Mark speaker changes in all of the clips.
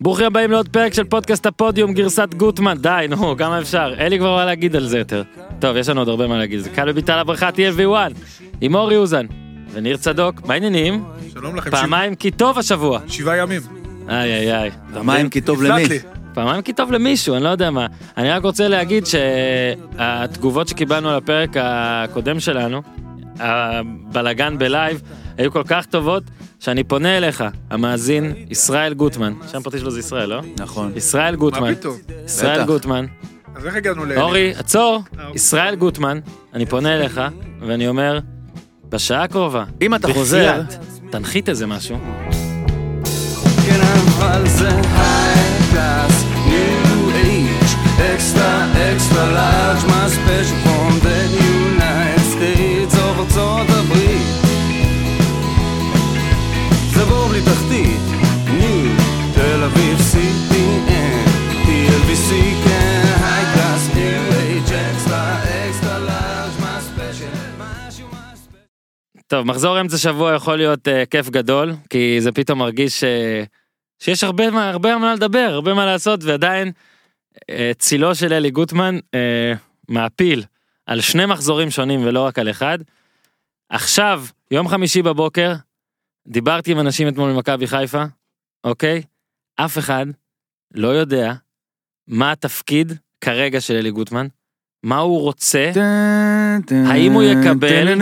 Speaker 1: ברוכים הבאים לעוד פרק של פודקאסט הפודיום גרסת גוטמן. די, נו, כמה אפשר? אין לי כבר מה להגיד על זה יותר. טוב, יש לנו עוד הרבה מה להגיד. זה קל בביטל הברכה TLV1, עם אורי אוזן וניר צדוק. מה העניינים?
Speaker 2: שלום לכם,
Speaker 1: פעמיים כי טוב השבוע.
Speaker 2: שבע- שבעה ימים.
Speaker 1: איי איי איי.
Speaker 3: פעמיים כי טוב למי?
Speaker 2: נפלט לי.
Speaker 1: פעמיים כי טוב למישהו, אני לא יודע מה. אני רק רוצה להגיד שהתגובות שקיבלנו על הפרק הקודם שלנו, הבלגן בלייב, היו כל כך טובות, שאני פונה אליך, המאזין ישראל גוטמן. שם הפרטי שלו זה ישראל, לא?
Speaker 3: נכון.
Speaker 1: ישראל גוטמן.
Speaker 2: מה פתאום?
Speaker 1: ישראל
Speaker 3: בטח.
Speaker 1: גוטמן.
Speaker 2: אז איך הגענו ל...
Speaker 1: אורי, עצור.
Speaker 2: אה, אוקיי.
Speaker 1: ישראל גוטמן, אני פונה אליך, ואני אומר, בשעה הקרובה,
Speaker 3: אם אתה
Speaker 1: בחייאת,
Speaker 3: חוזר-
Speaker 1: תנחית איזה משהו.
Speaker 4: כן, אבל זה high class, new age, extra, extra large, my special from the United States of ארצות הברית. זה בור בלי תחתית, ניו, תל אביב, CPN, TLBC, כן, high class, new age, extra, extra large, my special, משהו, משהו.
Speaker 1: טוב, מחזור אמצע שבוע יכול להיות אה, כיף גדול, כי זה פתאום מרגיש אה, שיש הרבה מה, הרבה מה לדבר, הרבה מה לעשות, ועדיין אה, צילו של אלי גוטמן אה, מעפיל על שני מחזורים שונים ולא רק על אחד. עכשיו, יום חמישי בבוקר, דיברתי עם אנשים אתמול ממכבי חיפה, אוקיי? אף אחד לא יודע מה התפקיד כרגע של אלי גוטמן, מה הוא רוצה.
Speaker 2: כן.
Speaker 1: האם הוא יקבל?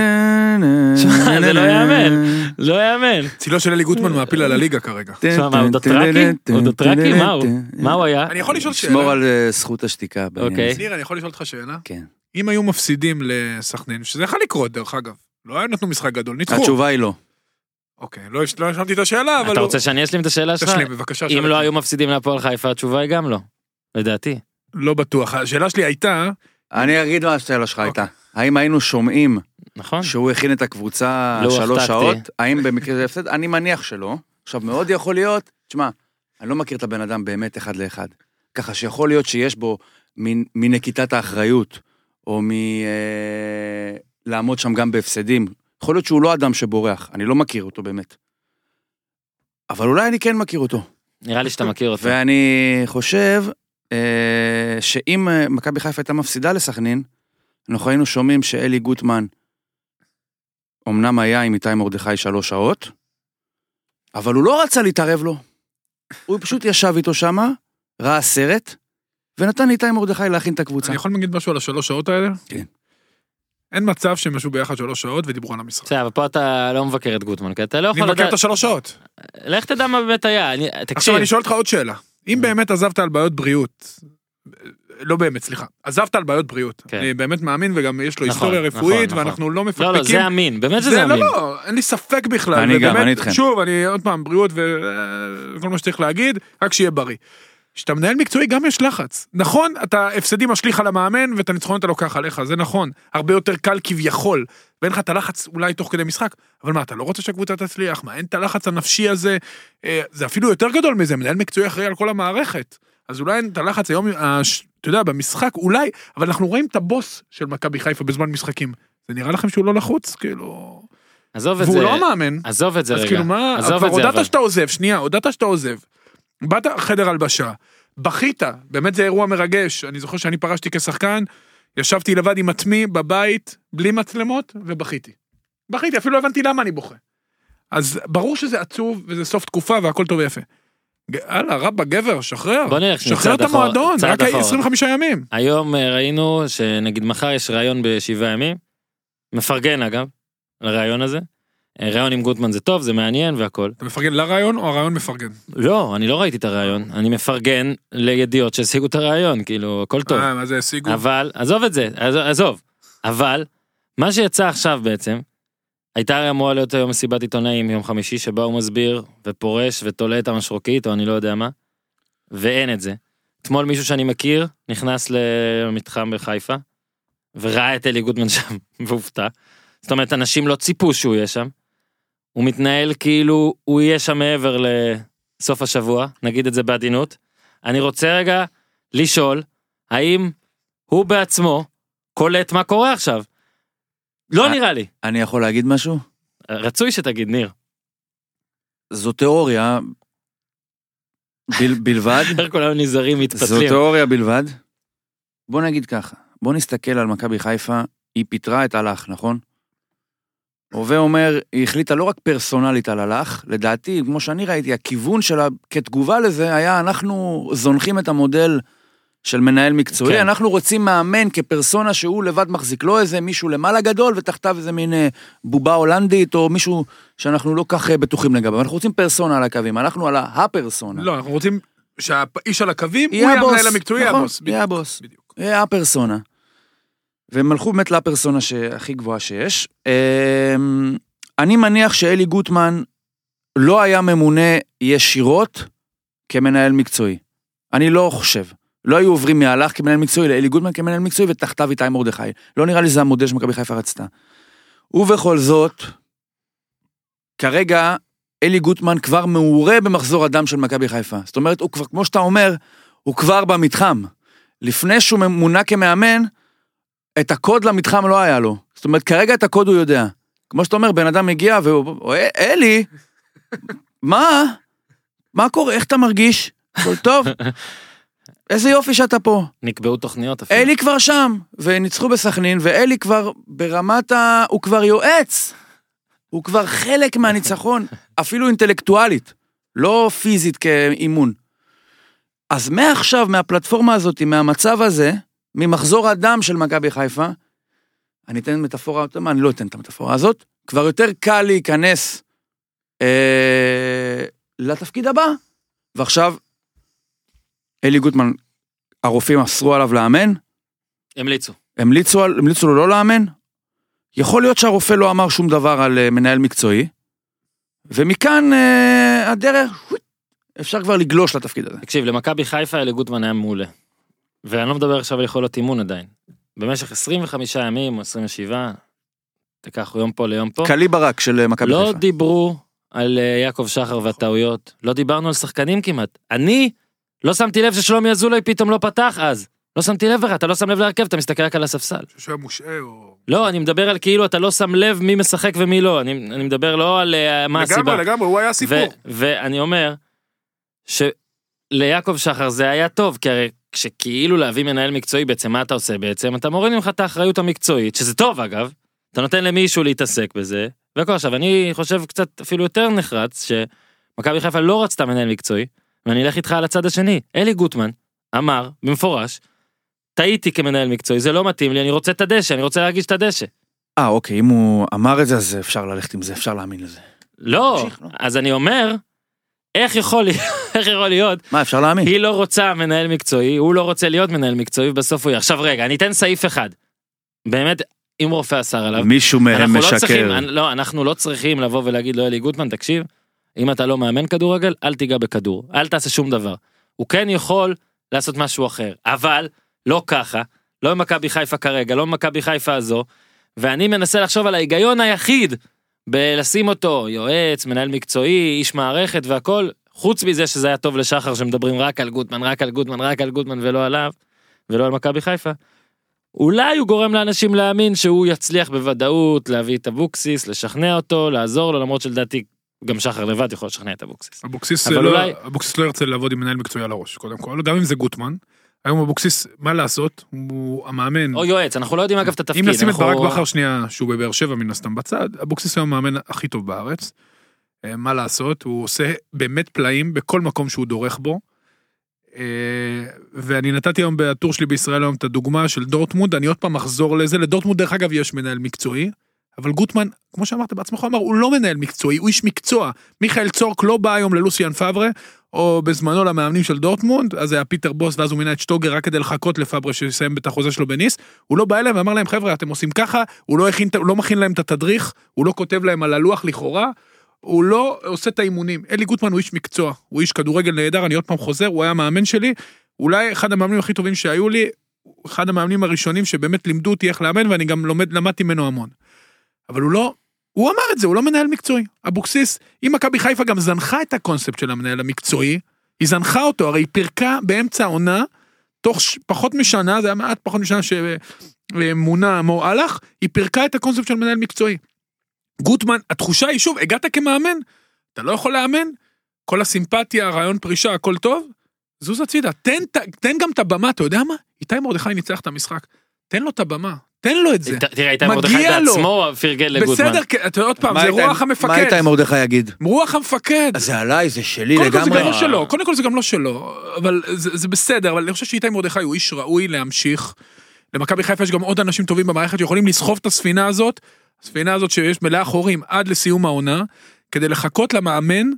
Speaker 1: שמע, זה לא ייאמן. לא יאמן.
Speaker 2: צילו של אלי גוטמן מעפיל על הליגה כרגע.
Speaker 1: שמע, מה, הוא דתרקי? הוא דתרקי? מה הוא? מה הוא היה?
Speaker 2: אני יכול לשאול שאלה?
Speaker 3: שמור על אה, זכות השתיקה. בעניין
Speaker 1: אוקיי.
Speaker 3: הזה.
Speaker 2: ניר, אני יכול לשאול אותך שאלה?
Speaker 3: כן.
Speaker 2: אם היו מפסידים לסכנין, שזה יכול לקרות דרך אגב, לא היו נתנו משחק גדול, ניצחו.
Speaker 3: התשובה היא לא.
Speaker 2: אוקיי, לא הש- לא השלמתי את השאלה, אבל...
Speaker 1: אתה
Speaker 2: הוא-
Speaker 1: רוצה שאני אשלים את השאלה שלך?
Speaker 2: תשלים בבקשה.
Speaker 1: אם
Speaker 2: שאלה.
Speaker 1: לא היו מפסידים להפועל חיפה התשובה היא גם לא. לדעתי.
Speaker 2: לא בטוח. השאלה שלי הייתה,
Speaker 3: אני אגיד מה השאלה שלך הייתה.
Speaker 2: אוקיי.
Speaker 3: האם היינו שומעים
Speaker 1: נכון?
Speaker 3: שהוא הכין את הקבוצה
Speaker 1: לא,
Speaker 3: שלוש
Speaker 1: הפתעתי.
Speaker 3: שעות? האם במקרה זה הפסד? אני מניח שלא. עכשיו, מאוד יכול להיות, תשמע, אני לא מכיר את הבן אדם באמת אחד לאחד. ככה שיכול להיות שיש בו מין- מנקיטת האחריות, או מלעמוד שם גם בהפסדים. יכול להיות שהוא לא אדם שבורח, אני לא מכיר אותו באמת. אבל אולי אני כן מכיר אותו.
Speaker 1: נראה לי שאתה מכיר אותו.
Speaker 3: אוקיי. ואני חושב אה, שאם אה, מכבי חיפה הייתה מפסידה לסכנין, אנחנו היינו שומעים שאלי גוטמן אמנם היה עם איתי מרדכי שלוש שעות, אבל הוא לא רצה להתערב לו. הוא פשוט ישב איתו שמה, ראה סרט, ונתן לאיתי מרדכי להכין את הקבוצה.
Speaker 2: אני יכול להגיד משהו על השלוש שעות האלה?
Speaker 3: כן.
Speaker 2: אין מצב שהם ישבו ביחד שלוש שעות ודיברו על המשחק.
Speaker 1: בסדר, אבל פה אתה לא מבקר את גוטמן, כי אתה לא
Speaker 2: אני
Speaker 1: יכול
Speaker 2: מבקר
Speaker 1: לדעת,
Speaker 2: את השלוש שעות.
Speaker 1: לך תדע מה באמת היה, אני- תקשיב,
Speaker 2: עכשיו אני שואל אותך עוד שאלה. אם
Speaker 1: Mm.
Speaker 2: באמת עזבת על בעיות בריאות, לא באמת, סליחה, עזבת על בעיות בריאות.
Speaker 1: כן.
Speaker 2: אני באמת מאמין וגם יש לו
Speaker 1: נכון,
Speaker 2: היסטוריה
Speaker 1: נכון,
Speaker 2: רפואית
Speaker 1: נכון.
Speaker 2: ואנחנו לא
Speaker 1: לא לא
Speaker 2: מפקפקים.
Speaker 1: זה אמין, באמת שזה
Speaker 2: זה לא,
Speaker 1: אמין,
Speaker 2: לא, אין לי ספק בכלל.
Speaker 3: אני גם,
Speaker 2: ובאמת,
Speaker 3: אני איתכם.
Speaker 2: שוב, אני עוד פעם, בריאות וכל מה שצריך להגיד, רק שיהיה בריא. כשאתה מנהל מקצועי גם יש לחץ. נכון, אתה הפסדים משליך על המאמן ואת הניצחון אתה לוקח עליך, זה נכון. הרבה יותר קל כביכול, ואין לך את הלחץ אולי תוך כדי משחק, אבל מה, אתה לא רוצה שהקבוצה תצליח? מה, אין את הלחץ הנפשי הזה? אה, זה אפילו יותר גדול מזה, מנהל מקצועי אחראי על כל המערכת. אז אולי אין את הלחץ היום, הש- אתה יודע, במשחק אולי, אבל אנחנו רואים את הבוס של מכבי חיפה בזמן משחקים. זה נראה לכם שהוא לא לחוץ? כאילו...
Speaker 1: עזוב את זה,
Speaker 2: והוא לא המאמן.
Speaker 1: עזוב את זה
Speaker 2: אז
Speaker 1: רגע,
Speaker 2: כאילו מה,
Speaker 1: עזוב
Speaker 2: כבר
Speaker 1: את זה אבל,
Speaker 2: הודעת שאתה עוזב, שנייה, הודעת שאתה עוזב. באת חדר הלבשה, בכית, באמת זה אירוע מרגש, אני זוכר שאני פרשתי כשחקן, ישבתי לבד עם עצמי בבית, בלי מצלמות, ובכיתי. בכיתי, אפילו לא הבנתי למה אני בוכה. אז ברור שזה עצוב, וזה סוף תקופה, והכל טוב ויפה. ג- הלאה, רבא, גבר, שחרר.
Speaker 1: בוא נלך שנייה
Speaker 2: שחרר
Speaker 1: צעד
Speaker 2: את
Speaker 1: אחורה,
Speaker 2: המועדון,
Speaker 1: צעד
Speaker 2: רק
Speaker 1: אחורה.
Speaker 2: 25 ימים.
Speaker 1: היום אה, ראינו שנגיד מחר יש ראיון בשבעה ימים, מפרגן אגב, לראיון הזה, אה, ראיון עם גוטמן זה טוב, זה מעניין והכל,
Speaker 2: אתה מפרגן לרעיון, או הרעיון מפרגן?
Speaker 1: לא, אני לא ראיתי את הרעיון, אני מפרגן לידיעות שהשיגו את הרעיון, כאילו, הכל טוב.
Speaker 2: אה, מה זה השיגו?
Speaker 1: אבל, עזוב את זה, עז- עזוב. אבל, מה שיצא עכשיו בעצם, הייתה הרי אמורה להיות היום מסיבת עיתונאים, יום חמישי, שבה הוא מסביר, ופורש, ותולה את המשרוקית, או אני לא יודע מה, ואין את זה. אתמול מישהו שאני מכיר, נכנס למתחם בחיפה, וראה את אלי גודמן שם, והופתע. זאת אומרת, אנשים לא ציפו שהוא יהיה שם. הוא מתנהל כאילו הוא יהיה שם מעבר לסוף השבוע, נגיד את זה בעדינות. אני רוצה רגע לשאול, האם הוא בעצמו קולט מה קורה עכשיו? לא
Speaker 3: אה.
Speaker 1: נראה לי.
Speaker 3: אני יכול להגיד משהו?
Speaker 1: רצוי שתגיד, ניר.
Speaker 3: זו תיאוריה בל- בלבד,
Speaker 1: בדרך כלל היו נזהרים
Speaker 3: זו
Speaker 1: מתפצלים.
Speaker 3: תיאוריה בלבד. בוא נגיד ככה, בוא נסתכל על מכבי חיפה, היא פיטרה את הלך, נכון? הווה אומר, היא החליטה לא רק פרסונלית על הלך, לדעתי, כמו שאני ראיתי, הכיוון שלה כתגובה לזה היה, אנחנו זונחים את המודל של מנהל מקצועי,
Speaker 1: כן.
Speaker 3: כן. אנחנו רוצים מאמן כפרסונה שהוא לבד מחזיק, לא איזה מישהו למעלה גדול ותחתיו איזה מין אה, בובה הולנדית, או מישהו שאנחנו לא כך אה, בטוחים לגביו, אנחנו רוצים פרסונה על הקווים, הלכנו על ה-הפרסונה.
Speaker 2: לא, אנחנו רוצים שהאיש על הקווים, הוא
Speaker 3: יהיה
Speaker 2: יהיה
Speaker 3: הבוס,
Speaker 2: המנהל המקצועי, יהיה
Speaker 3: נכון,
Speaker 2: הבוס.
Speaker 3: יהיה
Speaker 2: בדיוק,
Speaker 3: הבוס.
Speaker 2: בדיוק.
Speaker 3: אה, הפרסונה. והם הלכו באמת לפרסונה ש- הכי גבוהה שיש. אמ, אני מניח שאלי גוטמן לא היה ממונה ישירות כמנהל מקצועי. אני לא חושב. לא היו עוברים מהלך כמנהל מקצועי לאלי גוטמן כמנהל מקצועי ותחתיו איתי מרדכי. לא נראה לי זה המודל שמכבי חיפה רצתה. ובכל זאת, כרגע אלי גוטמן כבר מעורה במחזור הדם של מכבי חיפה. זאת אומרת, הוא כבר, כמו שאתה אומר, הוא כבר במתחם. לפני שהוא מונה כמאמן, את הקוד למתחם לא היה לו. זאת אומרת, כרגע את הקוד הוא יודע. כמו שאתה אומר, בן אדם מגיע והוא, "או, אה, אלי, מה? מה קורה? איך אתה מרגיש? הכל טוב? איזה יופי שאתה פה.
Speaker 1: נקבעו תוכניות אפילו.
Speaker 3: אלי כבר שם, וניצחו בסכנין, ואלי כבר ברמת ה... הוא כבר יועץ. הוא כבר חלק מהניצחון, אפילו אינטלקטואלית, לא פיזית כאימון. אז מעכשיו, מהפלטפורמה הזאת, מהמצב הזה, ממחזור הדם של מכבי חיפה, אני אתן מטאפורה, אתה יודע מה, אני לא אתן את המטאפורה הזאת, כבר יותר קל להיכנס אה, לתפקיד הבא. ועכשיו, אלי גוטמן, הרופאים אסרו עליו לאמן,
Speaker 1: המליצו.
Speaker 3: המליצו, על- המליצו לו לא לאמן? יכול להיות שהרופא לא אמר שום דבר על אה, מנהל מקצועי, ומכאן אה, הדרך, וויט, אפשר כבר לגלוש לתפקיד הזה.
Speaker 1: תקשיב, למכבי חיפה אלי גוטמן היה מעולה. ואני לא מדבר עכשיו על יכולות אימון עדיין. במשך 25 ימים או 27, תיקח יום פה ליום
Speaker 2: לא.
Speaker 1: פה,
Speaker 3: קלי ברק של אה, מכבי
Speaker 1: לא
Speaker 3: חיפה.
Speaker 1: דיברו על אה, יעקב שחר והטעויות, לא דיברנו על שחקנים כמעט. אני לא שמתי לב ששלומי אזולאי פתאום לא פתח אז. לא שמתי לב לך, אתה לא שם לב להרכב, אתה מסתכל רק על הספסל.
Speaker 2: שהוא היה מושעה או...
Speaker 1: לא, אני מדבר על כאילו אתה לא שם לב מי משחק ומי לא, אני, אני מדבר לא על אה, מה הסיבה.
Speaker 2: לגמרי, לגמרי, הוא היה הסיפור.
Speaker 1: ו- ואני אומר, שליעקב שחר זה היה טוב, כי הרי כשכאילו להביא מנהל מקצועי בעצם, מה אתה עושה בעצם? אתה מוריד ממך את האחריות המקצועית, שזה טוב אגב, אתה נותן למישהו להתעסק בזה, והכל עכשיו, אני חושב קצת אפילו יותר נחרץ, שמכבי חיפה לא רצתה מנהל מקצועי, ואני אלך איתך על הצד השני, אלי גוטמן אמר במפורש, טעיתי כמנהל מקצועי, זה לא מתאים לי, אני רוצה את הדשא, אני רוצה להרגיש את הדשא.
Speaker 3: אה, אוקיי, אם הוא אמר את זה, אז אפשר ללכת עם זה, אפשר להאמין לזה.
Speaker 1: לא,
Speaker 3: תמשיך, נו.
Speaker 1: אז אני אומר, איך יכול להיות, איך יכול להיות
Speaker 3: מה, אפשר להאמין?
Speaker 1: היא לא רוצה מנהל מקצועי, הוא לא רוצה להיות מנהל מקצועי, ובסוף הוא יהיה. עכשיו רגע, אני אתן סעיף אחד. באמת, אם רופא אסר עליו,
Speaker 3: מישהו
Speaker 1: אנחנו לא צריכים, אנ- לא, אנחנו לא צריכים לבוא ולהגיד לו, אלי גוטמן, תקשיב, אם אתה לא מאמן כדורגל, אל תיגע בכדור, אל תעשה שום דבר. הוא כן יכול לעשות משהו אחר, אבל לא ככה, לא עם מכבי חיפה כרגע, לא עם מכבי חיפה הזו, ואני מנסה לחשוב על ההיגיון היחיד בלשים אותו יועץ, מנהל מקצועי, איש מערכת והכל, חוץ מזה שזה היה טוב לשחר שמדברים רק על גוטמן, רק על גוטמן, רק על גוטמן ולא עליו, ולא על מכבי חיפה. אולי הוא גורם לאנשים להאמין שהוא יצליח בוודאות להביא את אבוקסיס, לשכנע אותו, לעזור לו, למרות שלדעתי גם שחר לבד יכול לשכנע את אבוקסיס.
Speaker 2: אבוקסיס
Speaker 1: אבל
Speaker 2: לא-
Speaker 1: אולי-
Speaker 2: אבוקסיס לא ירצה לעבוד עם מנהל מקצועי על הראש, קודם כל, גם אם זה גוטמן. היום אבוקסיס, מה לעשות? הוא המאמן.
Speaker 1: או יועץ, אנחנו לא יודעים אגב את התפקיד.
Speaker 2: אם נשים את
Speaker 1: אנחנו- אה,
Speaker 2: ברק בכר שנייה, שהוא בבאר שבע מן הסתם בצד, אבוקסיס הוא המאמן הכי טוב בארץ. אה, מה לעשות, הוא עושה באמת פלאים בכל מקום שהוא דורך בו. אה, ואני נתתי היום בטור שלי בישראל היום את הדוגמה של דורטמונד, אני עוד פעם אחזור לזה, לדורטמונד דרך אגב יש מנהל מקצועי, אבל גוטמן, כמו שאמרת בעצמך, הוא אמר, הוא לא מנהל מקצועי, הוא איש מקצוע. מיכאל צורק לא בא היום ללוסיאן פאברה, או בזמנו למאמנים של דורטמונד, אז היה פיטר בוס ואז הוא מינה את שטוגר רק כדי לחכות לפאברה שיסיים את החוזה שלו בניס, הוא לא בא אליהם ואמר להם חבר'ה אתם עושים ככה, הוא לא, הכין, הוא לא מכין להם את התדריך, הוא לא כותב להם על הלוח לכאורה, הוא לא עושה את האימונים. אלי גוטמן הוא איש מקצוע, הוא איש כדורגל נהדר, אני עוד פעם חוזר, הוא היה מאמן שלי, אולי אחד המאמנים הכי טובים שהיו לי, הוא אחד המאמנים הראשונים שבאמת לימדו אותי איך לאמן ואני גם לומד, למדתי ממנו המון. אבל הוא לא, הוא אמר את זה, הוא לא מנהל מקצועי. אבוקסיס, אם מכבי חיפה גם זנחה את הקונספט של המנהל המקצועי, היא זנחה אותו, הרי היא פירקה באמצע העונה, תוך ש... פחות משנה, זה היה מעט פחות משנה שמונה מור אהלך, היא פירקה את הקונספט של מנהל מקצועי. גוטמן, התחושה היא שוב, הגעת כמאמן, אתה לא יכול לאמן, כל הסימפתיה, הרעיון פרישה, הכל טוב, זוז הצידה, תן, ת- תן גם את הבמה, אתה יודע מה? איתי מרדכי ניצח את המשחק, תן לו את הבמה, תן לו את זה.
Speaker 1: ת- תראה, איתי
Speaker 2: מגיע
Speaker 1: מרדכי
Speaker 2: לו.
Speaker 1: בעצמו פרגן לגוטמן.
Speaker 2: בסדר, כי- אתה יודע, עוד פעם,
Speaker 3: מה
Speaker 2: זה
Speaker 3: איתי-
Speaker 2: רוח
Speaker 3: מה
Speaker 2: המפקד,
Speaker 3: איתי מרדכי יגיד?
Speaker 2: רוח המפקד.
Speaker 3: זה עליי, זה שלי
Speaker 2: קודם כל זה
Speaker 3: לגמרי.
Speaker 2: גם לא שלו, קודם כל זה גם לא שלו, אבל זה, זה בסדר, אבל אני חושב שאיתי מרדכי הוא איש ראוי להמשיך. למכבי חיפה יש גם עוד אנשים טובים במערכת שיכולים לסחוב את הספינה הזאת, הספינה הזאת שיש מלאה חורים עד לסיום העונה, כדי לחכות למאמן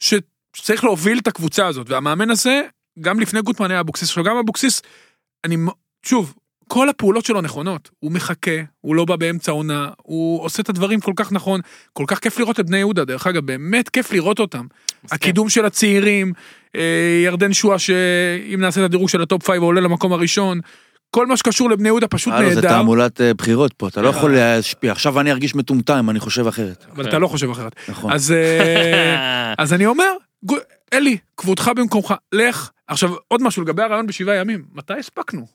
Speaker 2: ש- שצריך להוביל את הקבוצה הזאת, והמאמן הזה, גם לפני גוטמן היה אבוקסיס שלו, גם אבוקסיס, אני, מ- שוב, כל הפעולות שלו נכונות, הוא מחכה, הוא לא בא באמצע עונה, הוא עושה את הדברים כל כך נכון, כל כך כיף לראות את בני יהודה, דרך אגב, באמת כיף לראות אותם. הקידום של הצעירים, אה, ירדן שואה שאם נעשה את הדירוג של הטופ פייב עולה למקום הראשון, כל מה שקשור לבני יהודה פשוט
Speaker 3: הלו, אה, זה
Speaker 2: נהדר,
Speaker 3: תעמולת אה, בחירות פה, אתה לא יכול להשפיע. עכשיו אני ארגיש מטומטם, אני חושב אחרת.
Speaker 2: אבל אתה לא חושב אחרת.
Speaker 3: נכון.
Speaker 2: אז אה, אז אני אומר, גו- אלי, כבודך במקומך, לך. עכשיו, עוד משהו לגבי הרעיון בשבעה ימים, מתי הספקנו?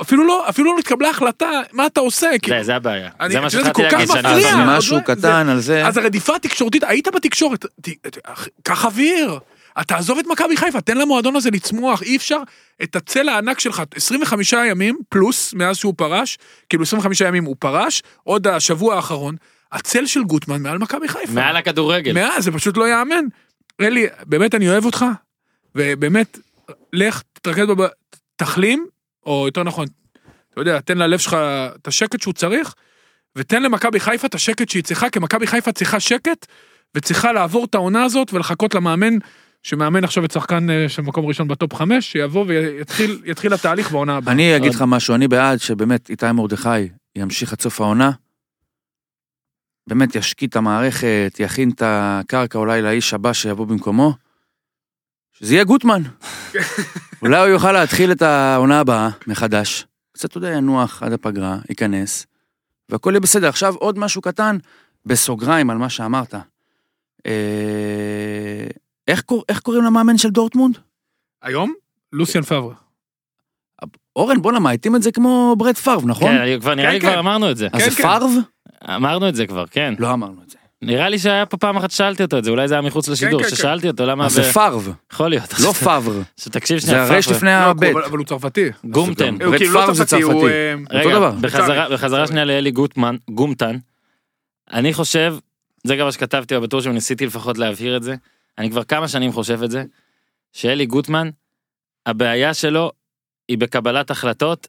Speaker 2: אפילו לא, אפילו לא התקבלה החלטה, מה אתה עושה? כאילו,
Speaker 1: זה- זה הבעיה.
Speaker 2: אני-
Speaker 1: זה מה
Speaker 2: אתה יודע, זה
Speaker 1: שהתחלתי
Speaker 2: כל כך
Speaker 1: להגיד. שאני-
Speaker 3: אז
Speaker 2: מפריע. עוד לא-
Speaker 3: משהו
Speaker 2: זה-
Speaker 3: קטן על זה.
Speaker 2: אז הרדיפה התקשורתית, היית בתקשורת, ת- ת- אח- קח אוויר, תעזוב את מכבי חיפה, תן למועדון הזה לצמוח, אי אפשר, את הצל הענק שלך, 25 ימים פלוס מאז שהוא פרש, כאילו 25 ימים הוא פרש, עוד השבוע האחרון, הצל של גוטמן מעל מכבי חיפה.
Speaker 1: מעל
Speaker 3: כן.
Speaker 1: הכדורגל.
Speaker 2: מאז, זה פשוט לא יאמן. אלי, באמת אני אוהב אותך, ובאמת, לך, תתרכז בב... תחלים, או יותר נכון, אתה יודע, תן ללב שלך את השקט שהוא צריך, ותן למכבי חיפה את השקט שהיא צריכה, כי מכבי חיפה צריכה שקט, וצריכה לעבור את העונה הזאת ולחכות למאמן, שמאמן עכשיו את שחקן אה, של מקום ראשון בטופ חמש, שיבוא ויתחיל יתחיל התהליך בעונה הבאה.
Speaker 3: אני אגיד לך משהו, אני בעד שבאמת איתי מרדכי ימשיך עד סוף העונה. באמת ישקיט את המערכת, יכין את הקרקע אולי לאיש הבא שיבוא במקומו. שזה יהיה גוטמן. אולי הוא יוכל להתחיל את העונה הבאה מחדש. קצת, אתה יודע, ינוח עד הפגרה, ייכנס, והכל יהיה בסדר. עכשיו עוד משהו קטן, בסוגריים על מה שאמרת. אה, איך, קור... איך קוראים למאמן של דורטמונד?
Speaker 2: היום? לוסיאן פאברה.
Speaker 3: אורן, בואנה, מעייתים את זה כמו ברד פארב, נכון?
Speaker 1: כן, אני- כבר- נראה
Speaker 2: כן,
Speaker 1: לי
Speaker 2: כן.
Speaker 1: כבר אמרנו את זה.
Speaker 3: אז
Speaker 2: כן,
Speaker 3: זה
Speaker 2: כן.
Speaker 3: פארב?
Speaker 1: אמרנו את זה כבר, כן.
Speaker 3: לא אמרנו את זה.
Speaker 1: נראה לי שהיה פה פעם אחת ששאלתי אותו את זה, אולי זה היה מחוץ לשידור,
Speaker 2: כן, כן.
Speaker 1: ששאלתי אותו למה...
Speaker 3: אז זה
Speaker 1: ב-
Speaker 3: פארב,
Speaker 1: יכול להיות.
Speaker 3: לא פאבר.
Speaker 1: שתקשיב
Speaker 3: זה
Speaker 1: שנייה,
Speaker 3: הרש
Speaker 1: פאפרה.
Speaker 3: לפני
Speaker 2: לא,
Speaker 3: הבט.
Speaker 2: אבל- אבל הוא צרפתי.
Speaker 1: גומטן.
Speaker 3: ברד
Speaker 2: כאילו לא
Speaker 3: פאר זה
Speaker 2: צרפתי, הוא,
Speaker 3: צרפתי.
Speaker 2: אה,
Speaker 1: רגע,
Speaker 3: דבר.
Speaker 1: בחזרה,
Speaker 2: צר-
Speaker 1: בחזרה
Speaker 2: צר-
Speaker 1: שנייה לאלי גוטמן, גומטן, אני חושב, זה גם מה שכתבתי בטור שם, ניסיתי לפחות להבהיר את זה, אני כבר כמה שנים חושב את זה, שאלי גוטמן, הבעיה שלו היא בקבלת החלטות,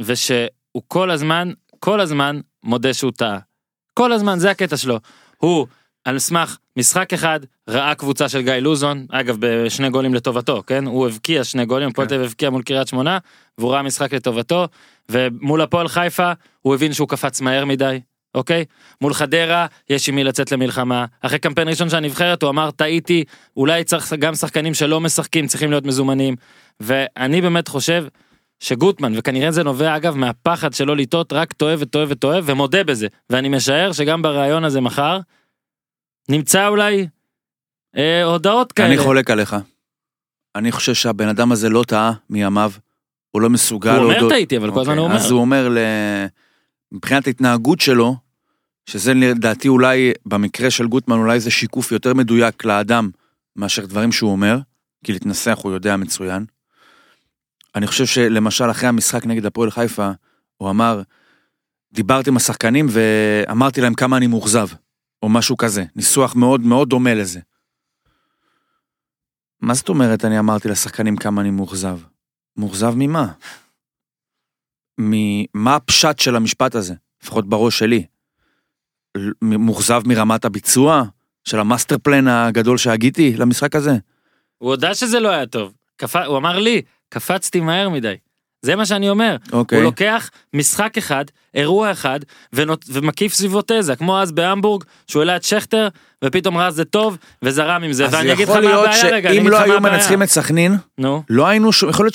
Speaker 1: ושהוא כל הזמן, כל הזמן מודה שהוא טעה. כל הזמן, זה הקטע שלו. הוא, על סמך משחק אחד, ראה קבוצה של גיא לוזון, אגב, בשני גולים לטובתו, כן? הוא הבקיע שני גולים, הפועל תל אביב הבקיע מול קריית שמונה, והוא ראה משחק לטובתו, ומול הפועל חיפה, הוא הבין שהוא קפץ מהר מדי, אוקיי? מול חדרה, יש עם מי לצאת למלחמה. אחרי קמפיין ראשון של הנבחרת, הוא אמר, טעיתי, אולי צריך גם שחקנים שלא משחקים צריכים להיות מזומנים. ואני באמת חושב שגוטמן, וכנראה זה נובע אגב מהפחד שלו לטעות, רק טועה וטועה וטועה, ומודה בזה. ואני משער שגם בריאיון הזה מחר, נמצא אולי אה, הודעות
Speaker 2: כן.
Speaker 1: כאלה.
Speaker 3: אני חולק עליך. אני חושב שהבן אדם הזה לא טעה מימיו, הוא לא מסוגל
Speaker 1: הוא אומר
Speaker 3: להודות-
Speaker 1: טעיתי, אבל כל הזמן
Speaker 3: אוקיי,
Speaker 1: הוא אומר.
Speaker 3: אז הוא אומר, ל... מבחינת ההתנהגות שלו, שזה לדעתי אולי, במקרה של גוטמן, אולי זה שיקוף יותר מדויק לאדם מאשר דברים שהוא אומר, כי להתנסח הוא יודע מצוין. אני חושב שלמשל אחרי המשחק נגד הפועל חיפה, הוא אמר, דיברתי עם השחקנים ואמרתי להם כמה אני מאוכזב, או משהו כזה, ניסוח מאוד מאוד דומה לזה. מה זאת אומרת אני אמרתי לשחקנים כמה אני מאוכזב? מאוכזב ממה? ממה הפשט של המשפט הזה, לפחות בראש שלי. ל- מ- מאוכזב מרמת הביצוע של המאסטר פלן הגדול שהגיתי למשחק הזה?
Speaker 1: הוא הודה שזה לא היה טוב. קפ... הוא אמר לי, קפצתי מהר מדי. זה מה שאני אומר. Okay.
Speaker 3: אוקיי.
Speaker 1: הוא לוקח משחק אחד, אירוע אחד, ונות... ומקיף סביבו תזה, כמו אז בהמבורג, שהוא העלה את שכטר, ופתאום ראה זה טוב, וזרם עם זה.
Speaker 3: אז
Speaker 1: ואני אגיד לך
Speaker 3: יכול
Speaker 1: מה
Speaker 3: להיות
Speaker 1: הבעיה רגע, אני
Speaker 3: שאם
Speaker 1: אגיד לך
Speaker 3: לא
Speaker 1: מה
Speaker 3: היו
Speaker 1: הבעיה.
Speaker 3: מנצחים את סכנין,
Speaker 1: נו,
Speaker 3: לא היינו, ש- יכול להיות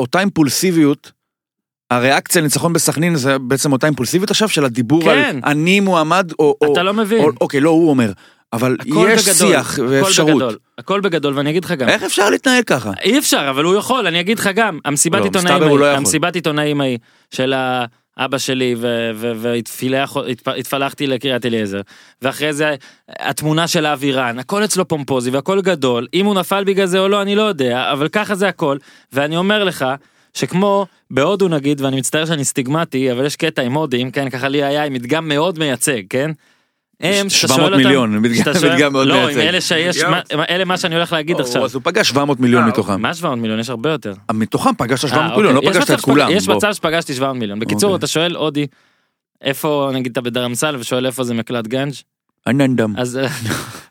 Speaker 3: שאותה אימפולסיביות, הריאקציה לניצחון בסכנין זה בעצם אותה אימפולסיביות עכשיו של הדיבור
Speaker 1: כן.
Speaker 3: על אני מועמד או... או-
Speaker 1: אתה לא מבין.
Speaker 3: או- אוקיי, לא הוא אומר, אבל
Speaker 1: הכל
Speaker 3: יש
Speaker 1: בגדול,
Speaker 3: שיח
Speaker 1: הכל בגדול,
Speaker 3: ואפשרות.
Speaker 1: הכל בגדול, ואני אגיד לך גם.
Speaker 3: איך אפשר להתנהל ככה?
Speaker 1: אי אפשר, אבל הוא יכול, אני אגיד לך גם, המסיבת
Speaker 3: לא,
Speaker 1: עיתונאים
Speaker 3: מסתבר הוא לא
Speaker 1: ההיא,
Speaker 3: יכול.
Speaker 1: המסיבת עיתונאים ההיא, של ה... אבא שלי והתפלחתי לקריית אליעזר. ואחרי זה התמונה של האווירן, הכל אצלו פומפוזי והכל גדול, אם הוא נפל בגלל זה או לא אני לא יודע, אבל ככה זה הכל, ואני אומר לך, שכמו בהודו נגיד, ואני מצטער שאני סטיגמטי, אבל יש קטע עם הודים, כן, ככה לי היה עם מדגם מאוד מייצג, כן? הם, שאתה
Speaker 3: 700
Speaker 1: שואל אותם-
Speaker 3: מיליון, מדגם-
Speaker 1: שאתה שואל-
Speaker 3: מדגם מאוד
Speaker 1: לא,
Speaker 3: מייצג.
Speaker 1: עם אלה שיש,
Speaker 2: מדגם.
Speaker 1: מה- אלה מה שאני הולך להגיד עכשיו.
Speaker 3: אז הוא פגש 700 מיליון
Speaker 2: אה,
Speaker 3: מתוכם.
Speaker 1: מה 700 מיליון? יש הרבה יותר.
Speaker 3: מתוכם פגשת
Speaker 1: אה,
Speaker 3: 700 מיליון, לא
Speaker 1: אוקיי. יש
Speaker 3: פגשת
Speaker 1: מצב
Speaker 3: את כולם.
Speaker 1: שפג- יש
Speaker 3: בוא.
Speaker 1: מצב שפגשתי 700 מיליון. בקיצור,
Speaker 3: אוקיי.
Speaker 1: אתה שואל הודי, איפה, נגיד אתה בדר אמסל ושואל איפה זה מקלט גנג',
Speaker 3: אננדם.
Speaker 1: אז אה,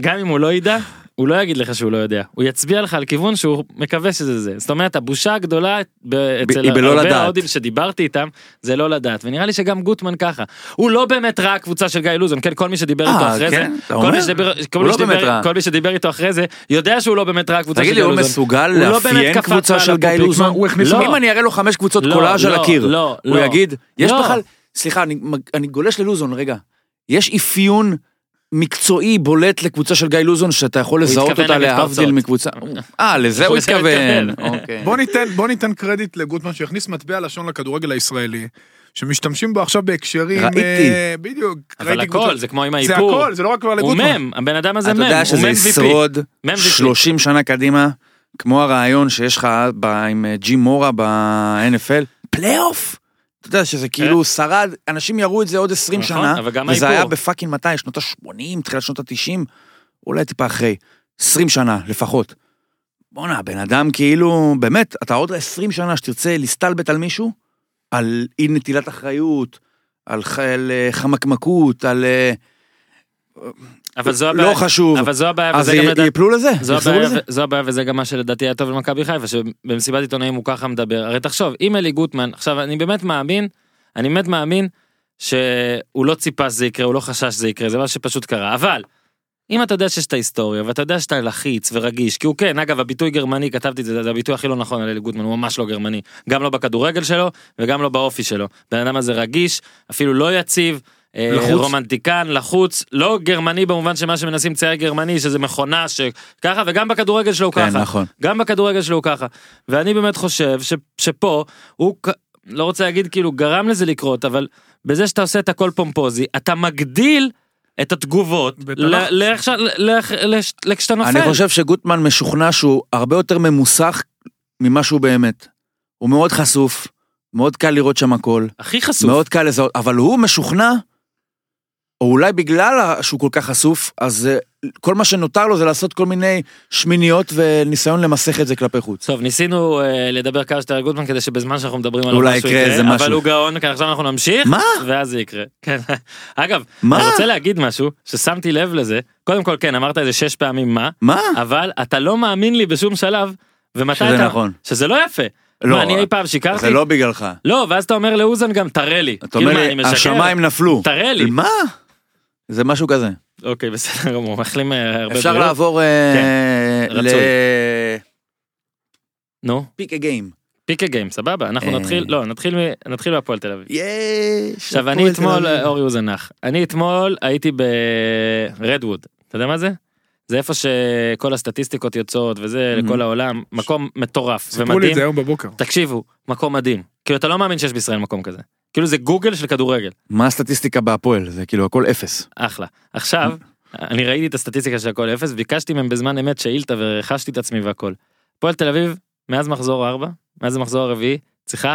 Speaker 1: גם אם הוא לא ידע, הוא לא יגיד לך שהוא לא יודע. הוא יצביע לך על כיוון שהוא מקווה שזה זה. זאת אומרת, הבושה הגדולה ב-
Speaker 3: היא
Speaker 1: אצל
Speaker 3: בלא לדעת.
Speaker 1: הרבה ההודים שדיברתי איתם, זה לא לדעת. ונראה לי שגם גוטמן ככה. הוא לא באמת ראה קבוצה של גיא לוזון, כן? כל מי שדיבר איתו
Speaker 3: אה,
Speaker 1: אחרי זה,
Speaker 3: כן?
Speaker 1: כל
Speaker 3: אתה אומר?
Speaker 1: מי שדיבר- כל
Speaker 3: הוא
Speaker 1: מי
Speaker 3: לא
Speaker 1: שדיבר-
Speaker 3: באמת ראה.
Speaker 1: כל מי שדיבר איתו אחרי זה, יודע שהוא לא באמת ראה קבוצה של
Speaker 3: תגיד לי,
Speaker 1: גיא
Speaker 3: הוא
Speaker 1: לוזון.
Speaker 3: מסוגל
Speaker 1: הוא לא באמת
Speaker 3: לאפיין
Speaker 1: קפץ
Speaker 3: קבוצה
Speaker 1: מעל
Speaker 3: של גיא
Speaker 1: הפופיק.
Speaker 3: לוזון?
Speaker 2: הוא הכניס...
Speaker 1: לא.
Speaker 3: אם אני אראה לו חמש קבוצות
Speaker 1: לא,
Speaker 3: קולאז' על
Speaker 1: לא,
Speaker 3: הקיר,
Speaker 1: לא,
Speaker 3: הוא
Speaker 1: לא.
Speaker 3: יגיד, יש
Speaker 1: לא.
Speaker 3: בכלל, סליחה, אני מג- אני גולש ללוזון, רגע, יש אפיון מקצועי בולט לקבוצה של גיא לוזון שאתה יכול לזהות
Speaker 1: התכוון
Speaker 3: אותה
Speaker 1: למתפרצות.
Speaker 3: להבדיל מקבוצה, אה, לזה הוא
Speaker 1: לזה הוא
Speaker 3: התכוון,
Speaker 1: התכוון. כן.
Speaker 3: אוקיי.
Speaker 2: בוא ניתן, בוא ניתן קרדיט לגוטמן שהכניס מטבע לשון לכדורגל הישראלי, שמשתמשים בו עכשיו בהקשרים...
Speaker 3: ראיתי.
Speaker 2: אה, בדיוק.
Speaker 1: אבל
Speaker 2: ראיתי
Speaker 1: הכל,
Speaker 2: קבוצות-
Speaker 1: זה כמו עם
Speaker 2: זה
Speaker 1: האיפור.
Speaker 2: הכל, זה לא רק כבר
Speaker 1: הוא
Speaker 2: לגוטמן.
Speaker 1: מם, הבן אדם הזה מם,
Speaker 3: אתה יודע
Speaker 1: הוא
Speaker 3: שזה
Speaker 1: מם VP.
Speaker 3: ישרוד
Speaker 1: מם VP.
Speaker 3: 30 שנה קדימה, כמו הרעיון שיש לך ב- עם אה, ג'י מורה ב-NFL, פלייאוף? אתה יודע שזה כאילו שרד, אנשים יראו את זה עוד 20
Speaker 1: אה? נכון,
Speaker 3: שנה,
Speaker 1: אבל גם
Speaker 3: וזה
Speaker 1: האיפור.
Speaker 3: היה בפאקינג מתי, שנות ה-80, תחילת שנות ה-90, אולי טיפה אחרי, 20 שנה לפחות. בואנה, הבן אדם כאילו, באמת, אתה עוד 20 שנה שתרצה להסתלבט על מישהו, על אי נטילת אחריות, על ח- על, אה, חמקמקות, על אה,
Speaker 1: אבל זו הבעיה,
Speaker 3: לא חשוב,
Speaker 1: אבל זו הבעיה,
Speaker 3: אז
Speaker 1: וזה גם
Speaker 3: י-
Speaker 1: לדעתי-
Speaker 3: יפלו לזה,
Speaker 1: זו
Speaker 3: יחזרו
Speaker 1: הבעיה,
Speaker 3: לזה.
Speaker 1: ו- זו הבעיה וזה גם מה שלדעתי היה טוב למכבי חיפה שבמסיבת עיתונאים הוא ככה מדבר הרי תחשוב אם אלי גוטמן עכשיו אני באמת מאמין אני באמת מאמין שהוא לא ציפה שזה יקרה הוא לא חשש שזה יקרה זה מה שפשוט קרה אבל. אם אתה יודע שיש את ההיסטוריה ואתה יודע שאתה לחיץ ורגיש כי הוא כן אגב הביטוי גרמני כתבתי את זה זה הביטוי הכי לא נכון על אלי גוטמן הוא ממש לא גרמני גם לא בכדורגל שלו וגם לא באופי שלו בן אדם הזה רגיש אפילו לא יציב אה,
Speaker 3: לחוץ.
Speaker 1: רומנטיקן לחוץ לא גרמני במובן שמה שמנסים לצייר גרמני שזה מכונה שככה וגם בכדורגל שלו הוא
Speaker 3: כן,
Speaker 1: ככה
Speaker 3: נכון.
Speaker 1: גם בכדורגל שלו הוא ככה ואני באמת חושב ש, שפה הוא כ- לא רוצה להגיד כאילו גרם לזה לקרות אבל בזה שאתה עושה את הכל פומפוזי אתה מגדיל את התגובות
Speaker 2: ואת
Speaker 1: ל-
Speaker 2: הלחץ.
Speaker 1: לאיך ש- לאיך- לש- לכשאתה נופל.
Speaker 3: אני חושב שגוטמן משוכנע שהוא הרבה יותר ממוסך ממה שהוא באמת. הוא מאוד חשוף, מאוד קל לראות שם הכל,
Speaker 1: הכי חשוף.
Speaker 3: מאוד קל לזהות, אבל הוא משוכנע, או אולי בגלל ה- שהוא כל כך חשוף, אז אה, כל מה שנותר לו זה לעשות כל מיני שמיניות וניסיון למסך את זה כלפי חוץ.
Speaker 1: טוב ניסינו אה, לדבר כמה שיותר על גוטמן כדי שבזמן שאנחנו מדברים עליו
Speaker 3: אולי
Speaker 1: משהו
Speaker 3: יקרה איזה
Speaker 1: אבל
Speaker 3: משהו.
Speaker 1: הוא גאון כן, עכשיו אנחנו נמשיך
Speaker 3: מה?
Speaker 1: ואז זה יקרה. כן. אגב
Speaker 3: מה?
Speaker 1: אני רוצה להגיד משהו ששמתי לב לזה קודם כל כן אמרת איזה שש פעמים מה
Speaker 3: מה?
Speaker 1: אבל אתה לא מאמין לי בשום שלב ומתי
Speaker 3: שזה
Speaker 1: אתה
Speaker 3: נכון.
Speaker 1: שזה לא יפה.
Speaker 3: לא,
Speaker 1: מה, אני אי פעם שיקרתי?
Speaker 3: זה לא בגללך.
Speaker 1: לא, ואז אתה אומר לאוזן גם תראה לי.
Speaker 3: אתה אומר
Speaker 1: כאילו, מה, אני
Speaker 3: לי,
Speaker 1: משקר?
Speaker 3: השמיים נפלו.
Speaker 1: תראה לי.
Speaker 3: מה? זה משהו כזה.
Speaker 1: אוקיי, בסדר גמור, מאחלים אה, הרבה
Speaker 3: אפשר
Speaker 1: בריאות.
Speaker 3: לעבור אה,
Speaker 1: כן, רצוי.
Speaker 3: לפיק
Speaker 1: נו,
Speaker 3: הגיים.
Speaker 1: פיקה גיים, סבבה, אנחנו
Speaker 3: אה.
Speaker 1: נתחיל, לא, נתחיל מ- נתחיל מהפועל תל אביב.
Speaker 3: יש.
Speaker 1: עכשיו, אני
Speaker 3: הפועל תל
Speaker 1: אתמול,
Speaker 3: אביב.
Speaker 1: אה, אורי אוזנח, אני אתמול הייתי ברדווד, אתה יודע מה זה? זה איפה שכל הסטטיסטיקות יוצאות וזה
Speaker 3: Mhm.
Speaker 1: לכל העולם, מקום מטורף
Speaker 2: סיפרו לי
Speaker 1: ומדהים.
Speaker 2: את זה היום בבוקר.
Speaker 1: תקשיבו, מקום מדהים. כאילו, אתה לא מאמין שיש בישראל מקום כזה. כאילו, זה גוגל של כדורגל.
Speaker 3: מה הסטטיסטיקה בהפועל? זה כאילו הכל אפס.
Speaker 1: אחלה. עכשיו, אני ראיתי את הסטטיסטיקה של הכל אפס, ביקשתי מהם בזמן אמת שאילתה ורכשתי את עצמי והכל. הפועל תל אביב, מאז מחזור 4, מאז המחזור הרביעי, צריכה,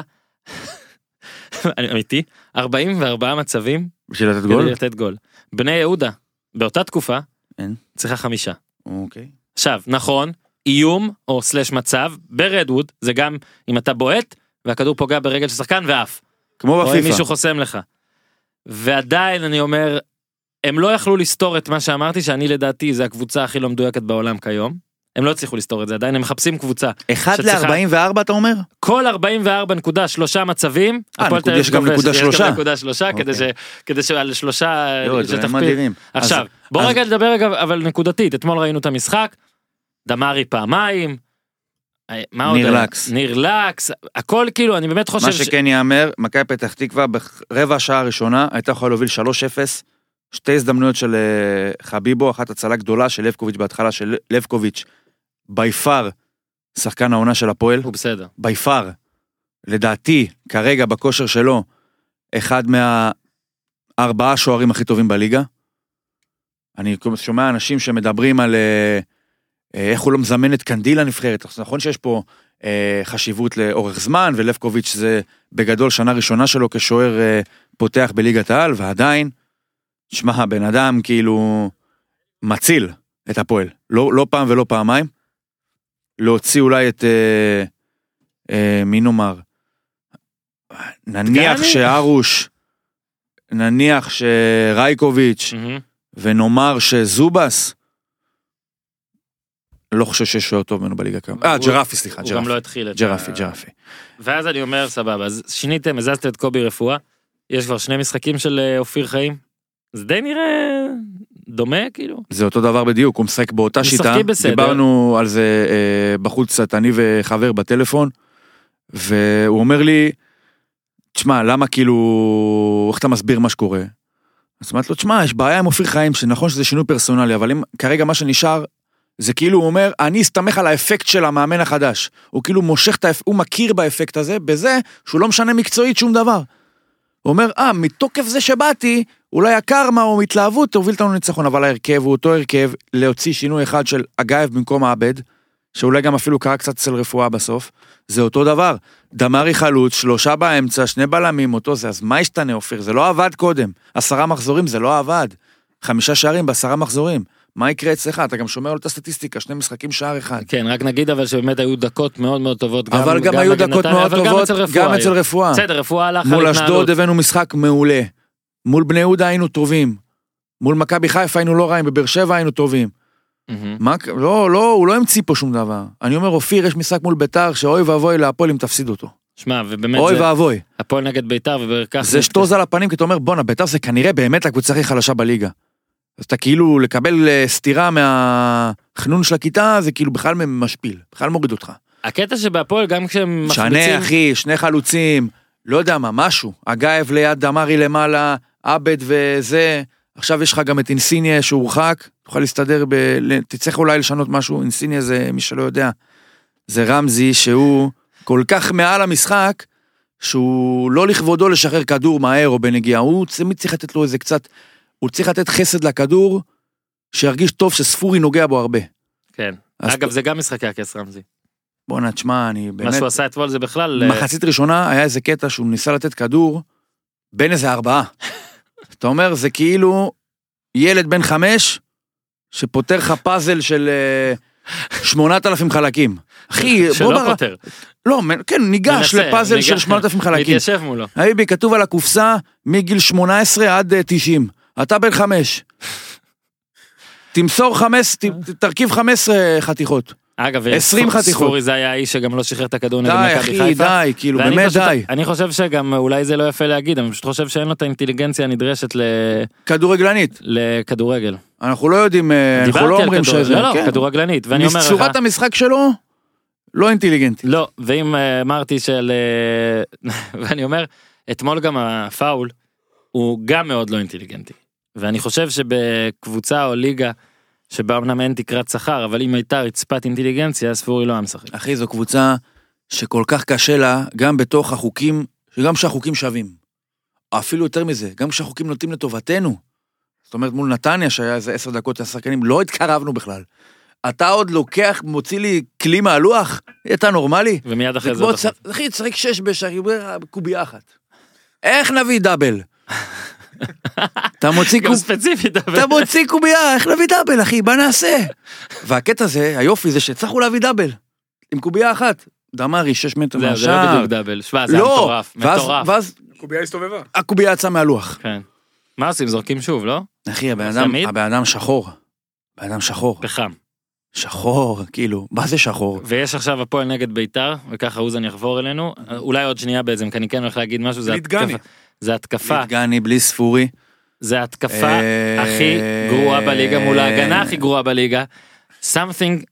Speaker 1: אני אמיתי, 44 מצבים
Speaker 3: בשביל לתת
Speaker 1: כדי
Speaker 3: גול?
Speaker 1: לתת גול. בני יהודה, באותה תקופה,
Speaker 3: אין.
Speaker 1: צריכה חמישה.
Speaker 3: אוקיי.
Speaker 1: עכשיו, נכון, איום או סלש מצב ברדווד, זה גם אם אתה בועט והכדור פוגע ברגל של שחקן ועף.
Speaker 3: כמו
Speaker 1: או אם מישהו
Speaker 3: בפיפ"א.
Speaker 1: חוסם לך. ועדיין אני אומר, הם לא יכלו לסתור את מה שאמרתי, שאני לדעתי זה הקבוצה הכי לא מדויקת בעולם כיום. הם לא הצליחו לסתור את זה עדיין, הם מחפשים קבוצה.
Speaker 3: אחד
Speaker 1: שצריכה-
Speaker 3: ל-44 אתה אומר?
Speaker 1: כל 44.3 מצבים,
Speaker 3: אה,
Speaker 1: הפועל תל
Speaker 3: נקוד-
Speaker 1: אביב
Speaker 3: יש גם
Speaker 1: כובש,
Speaker 3: נקודה
Speaker 1: יש גם
Speaker 3: שלושה.
Speaker 1: נקודה שלושה, כדי ש-
Speaker 3: אוקיי.
Speaker 1: כדי שעל שלושה
Speaker 3: לא,
Speaker 1: אה,
Speaker 3: זה
Speaker 1: שתכפיל.
Speaker 3: מדהים.
Speaker 1: עכשיו,
Speaker 3: אז-
Speaker 1: בוא
Speaker 3: אז-
Speaker 1: רגע נדבר רגע, אבל נקודתית, אתמול ראינו את המשחק, דמרי פעמיים, אה, מה עוד?
Speaker 3: ניר
Speaker 1: היה?
Speaker 3: לקס.
Speaker 1: ניר לקס, הכל כאילו, אני באמת חושב
Speaker 3: מה
Speaker 1: ש...
Speaker 3: שכן ייאמר, מכבי פתח תקווה ברבע השעה הראשונה הייתה יכולה להוביל 3-0, שתי הזדמנויות של אה, חביבו, אחת הצלה גדולה של לבקוביץ' בהתחלה, של לבקוביץ' בי פאר, שחקן העונה של הפועל,
Speaker 1: הוא בסדר.
Speaker 3: בי פאר, לדעתי, כרגע בכושר שלו, אחד מהארבעה שוערים הכי טובים בליגה. אני כל הזמן שומע אנשים שמדברים על אה, אה, איך הוא לא מזמן את קנדיל לנבחרת. אז נכון שיש פה אה, חשיבות לאורך זמן, ולבקוביץ' זה בגדול שנה ראשונה שלו כשוער אה, פותח בליגת העל, ועדיין, שמע, הבן אדם כאילו מציל את הפועל. לא, לא פעם ולא פעמיים. להוציא אולי את, אה, אה, מי נאמר, נניח
Speaker 1: דגני?
Speaker 3: שארוש, נניח שרייקוביץ',
Speaker 1: מהמם.
Speaker 3: ונאמר שזובס, לא חושב שיש שוער טוב ממנו בליגה כיום. אה,
Speaker 1: הוא-
Speaker 3: ג'רפי, סליחה,
Speaker 1: הוא גם
Speaker 3: ג'רפי.
Speaker 1: לא התחיל את
Speaker 3: ג'רפי,
Speaker 1: ה-
Speaker 3: ג'רפי.
Speaker 1: ואז אני אומר סבבה אז שיניתם הזזתם את קובי רפואה יש כבר שני משחקים של אה, אופיר חיים. זה די נראה דומה כאילו
Speaker 3: זה אותו דבר בדיוק, הוא משחק באותה
Speaker 1: משחקים
Speaker 3: שיטה.
Speaker 1: בסדר.
Speaker 3: דיברנו על זה אה, בחוץ קצת, אני וחבר בטלפון, והוא אומר לי, תשמע, למה כאילו, איך אתה מסביר מה שקורה? אז אמרתי לו, תשמע, יש בעיה עם אופיר חיים, שנכון שזה שינוי פרסונלי, אבל אם כרגע מה שנשאר, זה כאילו הוא אומר, אני אסתמך על האפקט של המאמן החדש. הוא כאילו מושך את האפ... הוא מכיר באפקט הזה, בזה שהוא לא משנה מקצועית שום דבר. הוא אומר, אה, מתוקף זה שבאתי, אולי הקרמה או התלהבות תוביל אותנו לניצחון, אבל ההרכב הוא אותו הרכב, להוציא שינוי אחד של אגייב במקום עבד, שאולי גם אפילו קרה קצת אצל רפואה בסוף, זה אותו דבר. דמרי חלוץ, שלושה באמצע, שני בלמים, אותו זה, אז מה ישתנה אופיר? זה לא עבד קודם. עשרה מחזורים זה לא עבד. חמישה שערים בעשרה מחזורים. מה יקרה אצלך? אתה גם שומע על אותה סטטיסטיקה, שני משחקים שער אחד.
Speaker 1: כן רק נגיד אבל שבאמת היו דקות מאוד מאוד טובות
Speaker 3: אבל גם היו
Speaker 1: נגד
Speaker 3: דקות
Speaker 1: נתניה,
Speaker 3: מאוד
Speaker 1: אבל גם
Speaker 3: טובות,
Speaker 1: אצל רפואה
Speaker 3: גם
Speaker 1: היו.
Speaker 3: אצל רפואה.
Speaker 1: בסדר רפואה הלך
Speaker 3: מול
Speaker 1: על התנהלות.
Speaker 3: אשדוד הבאנו משחק מעולה. מול בני יהודה היינו טובים. מול מכבי חיפה היינו לא רעים, בבאר שבע היינו טובים.
Speaker 1: מהמם.
Speaker 3: מה, ק- לא, לא, הוא לא המציא פה שום דבר. אני אומר, אופיר, יש משחק מול ביתר, שאוי ואבוי להפועל אם תפסיד אותו.
Speaker 1: שמע ובאמת
Speaker 3: אוי
Speaker 1: זה-
Speaker 3: ואבוי.
Speaker 1: הפועל נגד ביתר ובכך
Speaker 3: זה שטוז על הפנים, כי אתה אומר, בואנה, ביתר זה כנראה באמת הקבוצה הכי חלשה בליגה. אז אתה כאילו, לקבל אה, סטירה מהחנון של הכיתה, זה כאילו בכלל משפיל, בכלל מוריד אותך.
Speaker 1: הקטע שבהפועל גם כשהם
Speaker 3: שנה
Speaker 1: מחמיצים
Speaker 3: אחי, שני חלוצים, לא יודע מה, משהו. אגייב ליד דמרי למעלה, עבד וזה. עכשיו יש לך גם את אינסיניה שהורחק, תוכל להסתדר, ב... ל- תצטרך אולי לשנות משהו, אינסיניה זה מי שלא יודע. זה רמזי שהוא כל כך מעל המשחק, שהוא לא לכבודו לשחרר כדור מהר או בנגיעה, הוא תמיד צריך לתת לו איזה קצת, הוא צריך לתת חסד לכדור, שירגיש טוב שספורי נוגע בו הרבה.
Speaker 1: כן
Speaker 3: אז-
Speaker 1: אגב זה גם משחקי הכס רמזי
Speaker 3: בואנה, תשמע, אני באמת...
Speaker 1: מה שהוא עשה אתמול זה בכלל אה,
Speaker 3: מחצית ראשונה היה איזה קטע שהוא ניסה לתת כדור בין איזה ארבעה. אתה אומר, זה כאילו ילד בן חמש שפותר לך פאזל של אה, 8,000 חלקים. אחי, בוא
Speaker 1: שלא
Speaker 3: בר...
Speaker 1: פותר
Speaker 3: לא, מ- כן, ניגש
Speaker 1: מנסה,
Speaker 3: לפאזל
Speaker 1: ניגש.
Speaker 3: של 8,000 חלקים.
Speaker 1: מתיישב מולו
Speaker 3: הייבי, כתוב על הקופסה מגיל 18 עד אה, 90. אתה בן חמש. תמסור חמש, ת- תרכיב 15 חתיכות.
Speaker 1: אגב
Speaker 3: 20
Speaker 1: ספורי
Speaker 3: חתיכות.
Speaker 1: זה היה האיש שגם לא שחרר את הכדור
Speaker 3: די,
Speaker 1: נגד מכבי
Speaker 3: אחי,
Speaker 1: חיפה
Speaker 3: די, כאילו,
Speaker 1: ואני
Speaker 3: באמת
Speaker 1: פשוט-
Speaker 3: די.
Speaker 1: אני חושב שגם אולי זה לא יפה להגיד אני פשוט חושב שאין לו את האינטליגנציה הנדרשת ל-
Speaker 3: כדורגלנית.
Speaker 1: לכדורגל.
Speaker 3: אנחנו לא יודעים, אה, אנחנו
Speaker 1: דיברתי
Speaker 3: לא
Speaker 1: על
Speaker 3: אומרים
Speaker 1: כדורגל,
Speaker 3: שזה,
Speaker 1: לא,
Speaker 3: כן.
Speaker 1: לא, כדורגלנית, ואני אומר לך,
Speaker 3: צורת המשחק שלו, לא אינטליגנטית.
Speaker 1: לא, ואם אה, אמרתי של, אה, ואני אומר, אתמול גם הפאול, הוא גם מאוד לא אינטליגנטי. ואני חושב שבקבוצה או ליגה, שבה אמנם אין תקרת שכר, אבל אם הייתה רצפת אינטליגנציה, ספורי לא היה משחק.
Speaker 3: אחי, זו קבוצה שכל כך קשה לה, גם בתוך החוקים, גם כשהחוקים שווים. אפילו יותר מזה, גם כשהחוקים נוטים לטובתנו. זאת אומרת, מול נתניה, שהיה איזה עשר דקות לשחקנים, לא התקרבנו בכלל. אתה עוד לוקח, מוציא לי כלי מהלוח? אתה נורמלי?
Speaker 1: ומיד
Speaker 3: זה
Speaker 1: אחרי זה... לא נכון.
Speaker 3: כמו,
Speaker 1: עוד אחת.
Speaker 3: צ- אחי, צריך שש בשערים, קובייה אחת. איך נביא דאבל? אתה מוציא
Speaker 1: גם
Speaker 3: קוב...
Speaker 1: ספציפית, אבל...
Speaker 3: אתה מוציא קובייה, איך נביא דאבל, אחי? מה נעשה? והקטע זה, היופי זה שהצלחנו להביא דאבל. עם קובייה אחת. דמרי, 6 מטר
Speaker 1: זה זה לא
Speaker 3: מהשער.
Speaker 1: בדיוק דאבל, שמע, זה היה
Speaker 3: לא,
Speaker 1: מטורף,
Speaker 3: ואז-
Speaker 1: מטורף.
Speaker 3: ואז
Speaker 2: הקובייה הסתובבה.
Speaker 3: הקובייה יצאה מהלוח.
Speaker 1: כן. מה עושים, זורקים שוב, לא?
Speaker 3: אחי, הבן
Speaker 1: אז
Speaker 3: אדם-
Speaker 1: תמיד?
Speaker 3: הבן אדם שחור. הבן אדם שחור.
Speaker 1: פחם.
Speaker 3: שחור, כאילו, מה זה שחור?
Speaker 1: ויש עכשיו הפועל נגד ביתר, וככה אוזן יחבור אלינו, אולי עוד שנייה בעצם, כי אני כן הולך להגיד משהו, זה
Speaker 2: ליטגני.
Speaker 1: התקפה, זה התקפה,
Speaker 3: גני בלי ספורי.
Speaker 1: זה התקפה
Speaker 3: אה,
Speaker 1: הכי גרועה בליגה מול ההגנה הכי גרועה בליגה. something,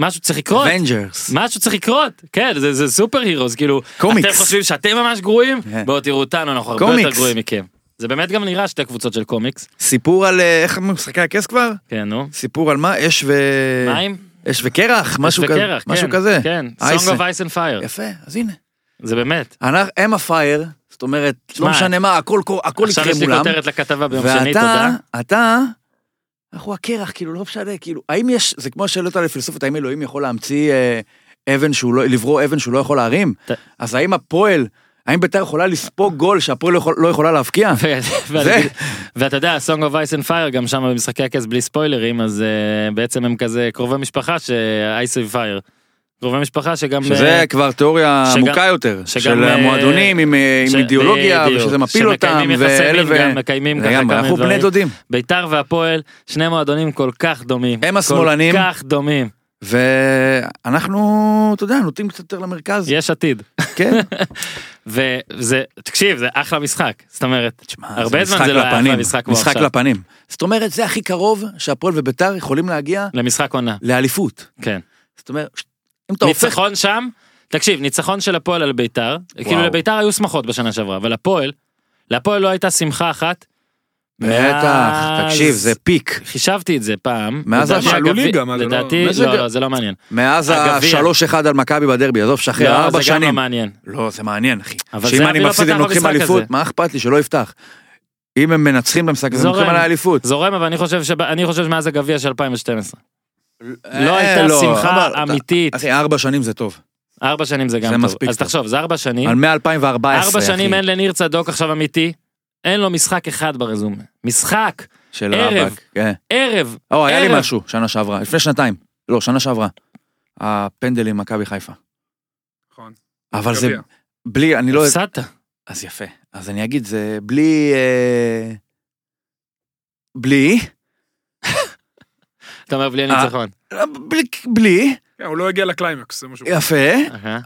Speaker 1: משהו צריך לקרות,
Speaker 3: Avengers.
Speaker 1: משהו צריך לקרות, כן, זה- זה סופר הירוס, כאילו,
Speaker 3: קומיקס.
Speaker 1: אתם חושבים שאתם ממש גרועים?
Speaker 3: כן.
Speaker 1: בואו תראו אותנו, אנחנו הרבה
Speaker 3: קומיקס.
Speaker 1: יותר גרועים מכם. זה באמת גם נראה שתי קבוצות של קומיקס,
Speaker 3: סיפור על, אה, איך אומרים, משחקי הכס כבר?
Speaker 1: כן נו,
Speaker 3: סיפור על מה? אש ו...
Speaker 1: מים,
Speaker 3: אש וקרח? משהו כזה.
Speaker 1: וקרח,
Speaker 3: משהו
Speaker 1: כן,
Speaker 3: כזה.
Speaker 1: כן,
Speaker 3: Ice.
Speaker 1: song of ice and fire,
Speaker 3: יפה, אז הנה.
Speaker 1: זה באמת,
Speaker 3: אנחנו- הם הפייר, זאת זאת אומרת, לא
Speaker 1: שמע,
Speaker 3: משנה מה, הכל קור- הכל
Speaker 1: עכשיו
Speaker 3: יקרה
Speaker 1: יש לי
Speaker 3: מולם.
Speaker 1: כותרת לכתבה ביום שני,
Speaker 3: ואתה,
Speaker 1: תודה.
Speaker 3: אתה, אנחנו הקרח, כאילו, לא משנה, כאילו, האם יש, זה כמו השאלות על הפילוסופית, האם אלוהים יכול להמציא אה, אבן שהוא לא, לברוא אבן שהוא לא יכול להרים?
Speaker 1: ת-
Speaker 3: אז האם הפועל, האם ביתר יכולה לספוג גול שהפועל לא יכול- לא יכולה להבקיע?
Speaker 1: ו-
Speaker 3: זה-
Speaker 1: ואתה יודע, Song of Ice and Fire גם שם במשחקי הכס בלי ספוילרים, אז אה, בעצם הם כזה קרובי משפחה ש- Ice and Fire. קרובי משפחה שגם...
Speaker 3: שזה
Speaker 1: אה,
Speaker 3: כבר תיאוריה
Speaker 1: שגם-
Speaker 3: עמוקה יותר,
Speaker 1: שגם,
Speaker 3: של
Speaker 1: אה,
Speaker 3: המועדונים עם אה, עם
Speaker 1: ש-
Speaker 3: אידיאולוגיה,
Speaker 1: בדיוק.
Speaker 3: ושזה מפיל אותם,
Speaker 1: שמקיימים יחסי
Speaker 3: ואלה
Speaker 1: מין
Speaker 3: ו...
Speaker 1: גם, מקיימים ככה
Speaker 3: לגמרי,
Speaker 1: כמה
Speaker 3: אנחנו בני
Speaker 1: דברים.
Speaker 3: דודים.
Speaker 1: ביתר והפועל, שני מועדונים כל כך דומים.
Speaker 3: הם השמאלנים.
Speaker 1: כל כך דומים.
Speaker 3: ואנחנו, אתה יודע, נוטים קצת יותר למרכז.
Speaker 1: יש עתיד.
Speaker 3: כן.
Speaker 1: וזה, תקשיב, זה אחלה משחק. זאת אומרת,
Speaker 3: תשמע,
Speaker 1: הרבה זמן
Speaker 3: משחק
Speaker 1: זה לא היה
Speaker 3: לפנים,
Speaker 1: אחלה משחק כמו
Speaker 3: משחק
Speaker 1: עכשיו.
Speaker 3: לפנים. זאת אומרת, זה הכי קרוב שהפועל וביתר יכולים להגיע
Speaker 1: למשחק עונה,
Speaker 3: לאליפות.
Speaker 1: כן.
Speaker 3: זאת אומרת, ש- אם אתה הופך...
Speaker 1: ניצחון שם, תקשיב, ניצחון של הפועל על ביתר, כאילו לביתר היו שמחות בשנה שעברה, אבל הפועל, להפועל לא הייתה שמחה אחת.
Speaker 3: בטח,
Speaker 1: מאז-
Speaker 3: תקשיב, זה פיק.
Speaker 1: חישבתי את זה פעם.
Speaker 3: מאז
Speaker 1: לדעתי,
Speaker 2: שעלו
Speaker 1: אגב,
Speaker 2: ליגה, מה זה לא-
Speaker 1: לדעתי,
Speaker 3: מה זה
Speaker 1: לא,
Speaker 3: ג-
Speaker 1: לא, זה לא מעניין.
Speaker 3: מאז
Speaker 1: הגביע.
Speaker 3: ה-3-1 על מכבי בדרבי, עזוב,
Speaker 1: לא,
Speaker 3: שחרר
Speaker 1: זה
Speaker 3: ארבע
Speaker 1: גם לא
Speaker 3: שנים.
Speaker 1: מעניין.
Speaker 3: לא, זה מעניין, אחי.
Speaker 1: אבל
Speaker 3: שאם
Speaker 1: זהבי
Speaker 3: אני
Speaker 1: לא
Speaker 3: מפסיד
Speaker 1: פתח
Speaker 3: הם לוקחים
Speaker 1: במשחק
Speaker 3: אליפות,
Speaker 1: הזה.
Speaker 3: מה אכפת לי, שלא יפתח. אם הם מנצחים במשחק הזה, הם
Speaker 1: זורם.
Speaker 3: לוקחים על האליפות.
Speaker 1: זורם, אבל אני חושב שבא- אני חושב שמאז הגביע של 2012. לא
Speaker 3: אה,
Speaker 1: הייתה
Speaker 3: לא, אבל-
Speaker 1: שמחה אמיתית.
Speaker 3: אחי, ארבע שנים זה טוב.
Speaker 1: ארבע שנים זה
Speaker 3: זה
Speaker 1: גם טוב.
Speaker 3: מספיק
Speaker 1: אז
Speaker 3: טוב.
Speaker 1: תחשוב, זה ארבע שנים.
Speaker 3: על מ-2014, אחי.
Speaker 1: ארבע שנים אין לניר צדוק עכשיו אמיתי. אין לו משחק אחד ברזומה. משחק,
Speaker 3: של
Speaker 1: ערב.
Speaker 3: רבאק. כן.
Speaker 1: ערב.
Speaker 3: או, היה לי
Speaker 1: ערב.
Speaker 3: משהו שנה שעברה, לפני שנתיים. לא, שנה שעברה. הפנדל עם מכבי חיפה.
Speaker 2: נכון.
Speaker 3: אבל זה
Speaker 2: גביע.
Speaker 3: בלי, אני לא...
Speaker 1: הפסדת.
Speaker 3: אז יפה. אז אני אגיד, זה בלי... אה, בלי...
Speaker 1: אתה אומר בלי
Speaker 3: אה.
Speaker 1: הניצחון.
Speaker 3: בלי... בלי...
Speaker 2: כן, הוא לא הגיע לקליימקס, זה משהו.
Speaker 3: יפה.
Speaker 1: אהה,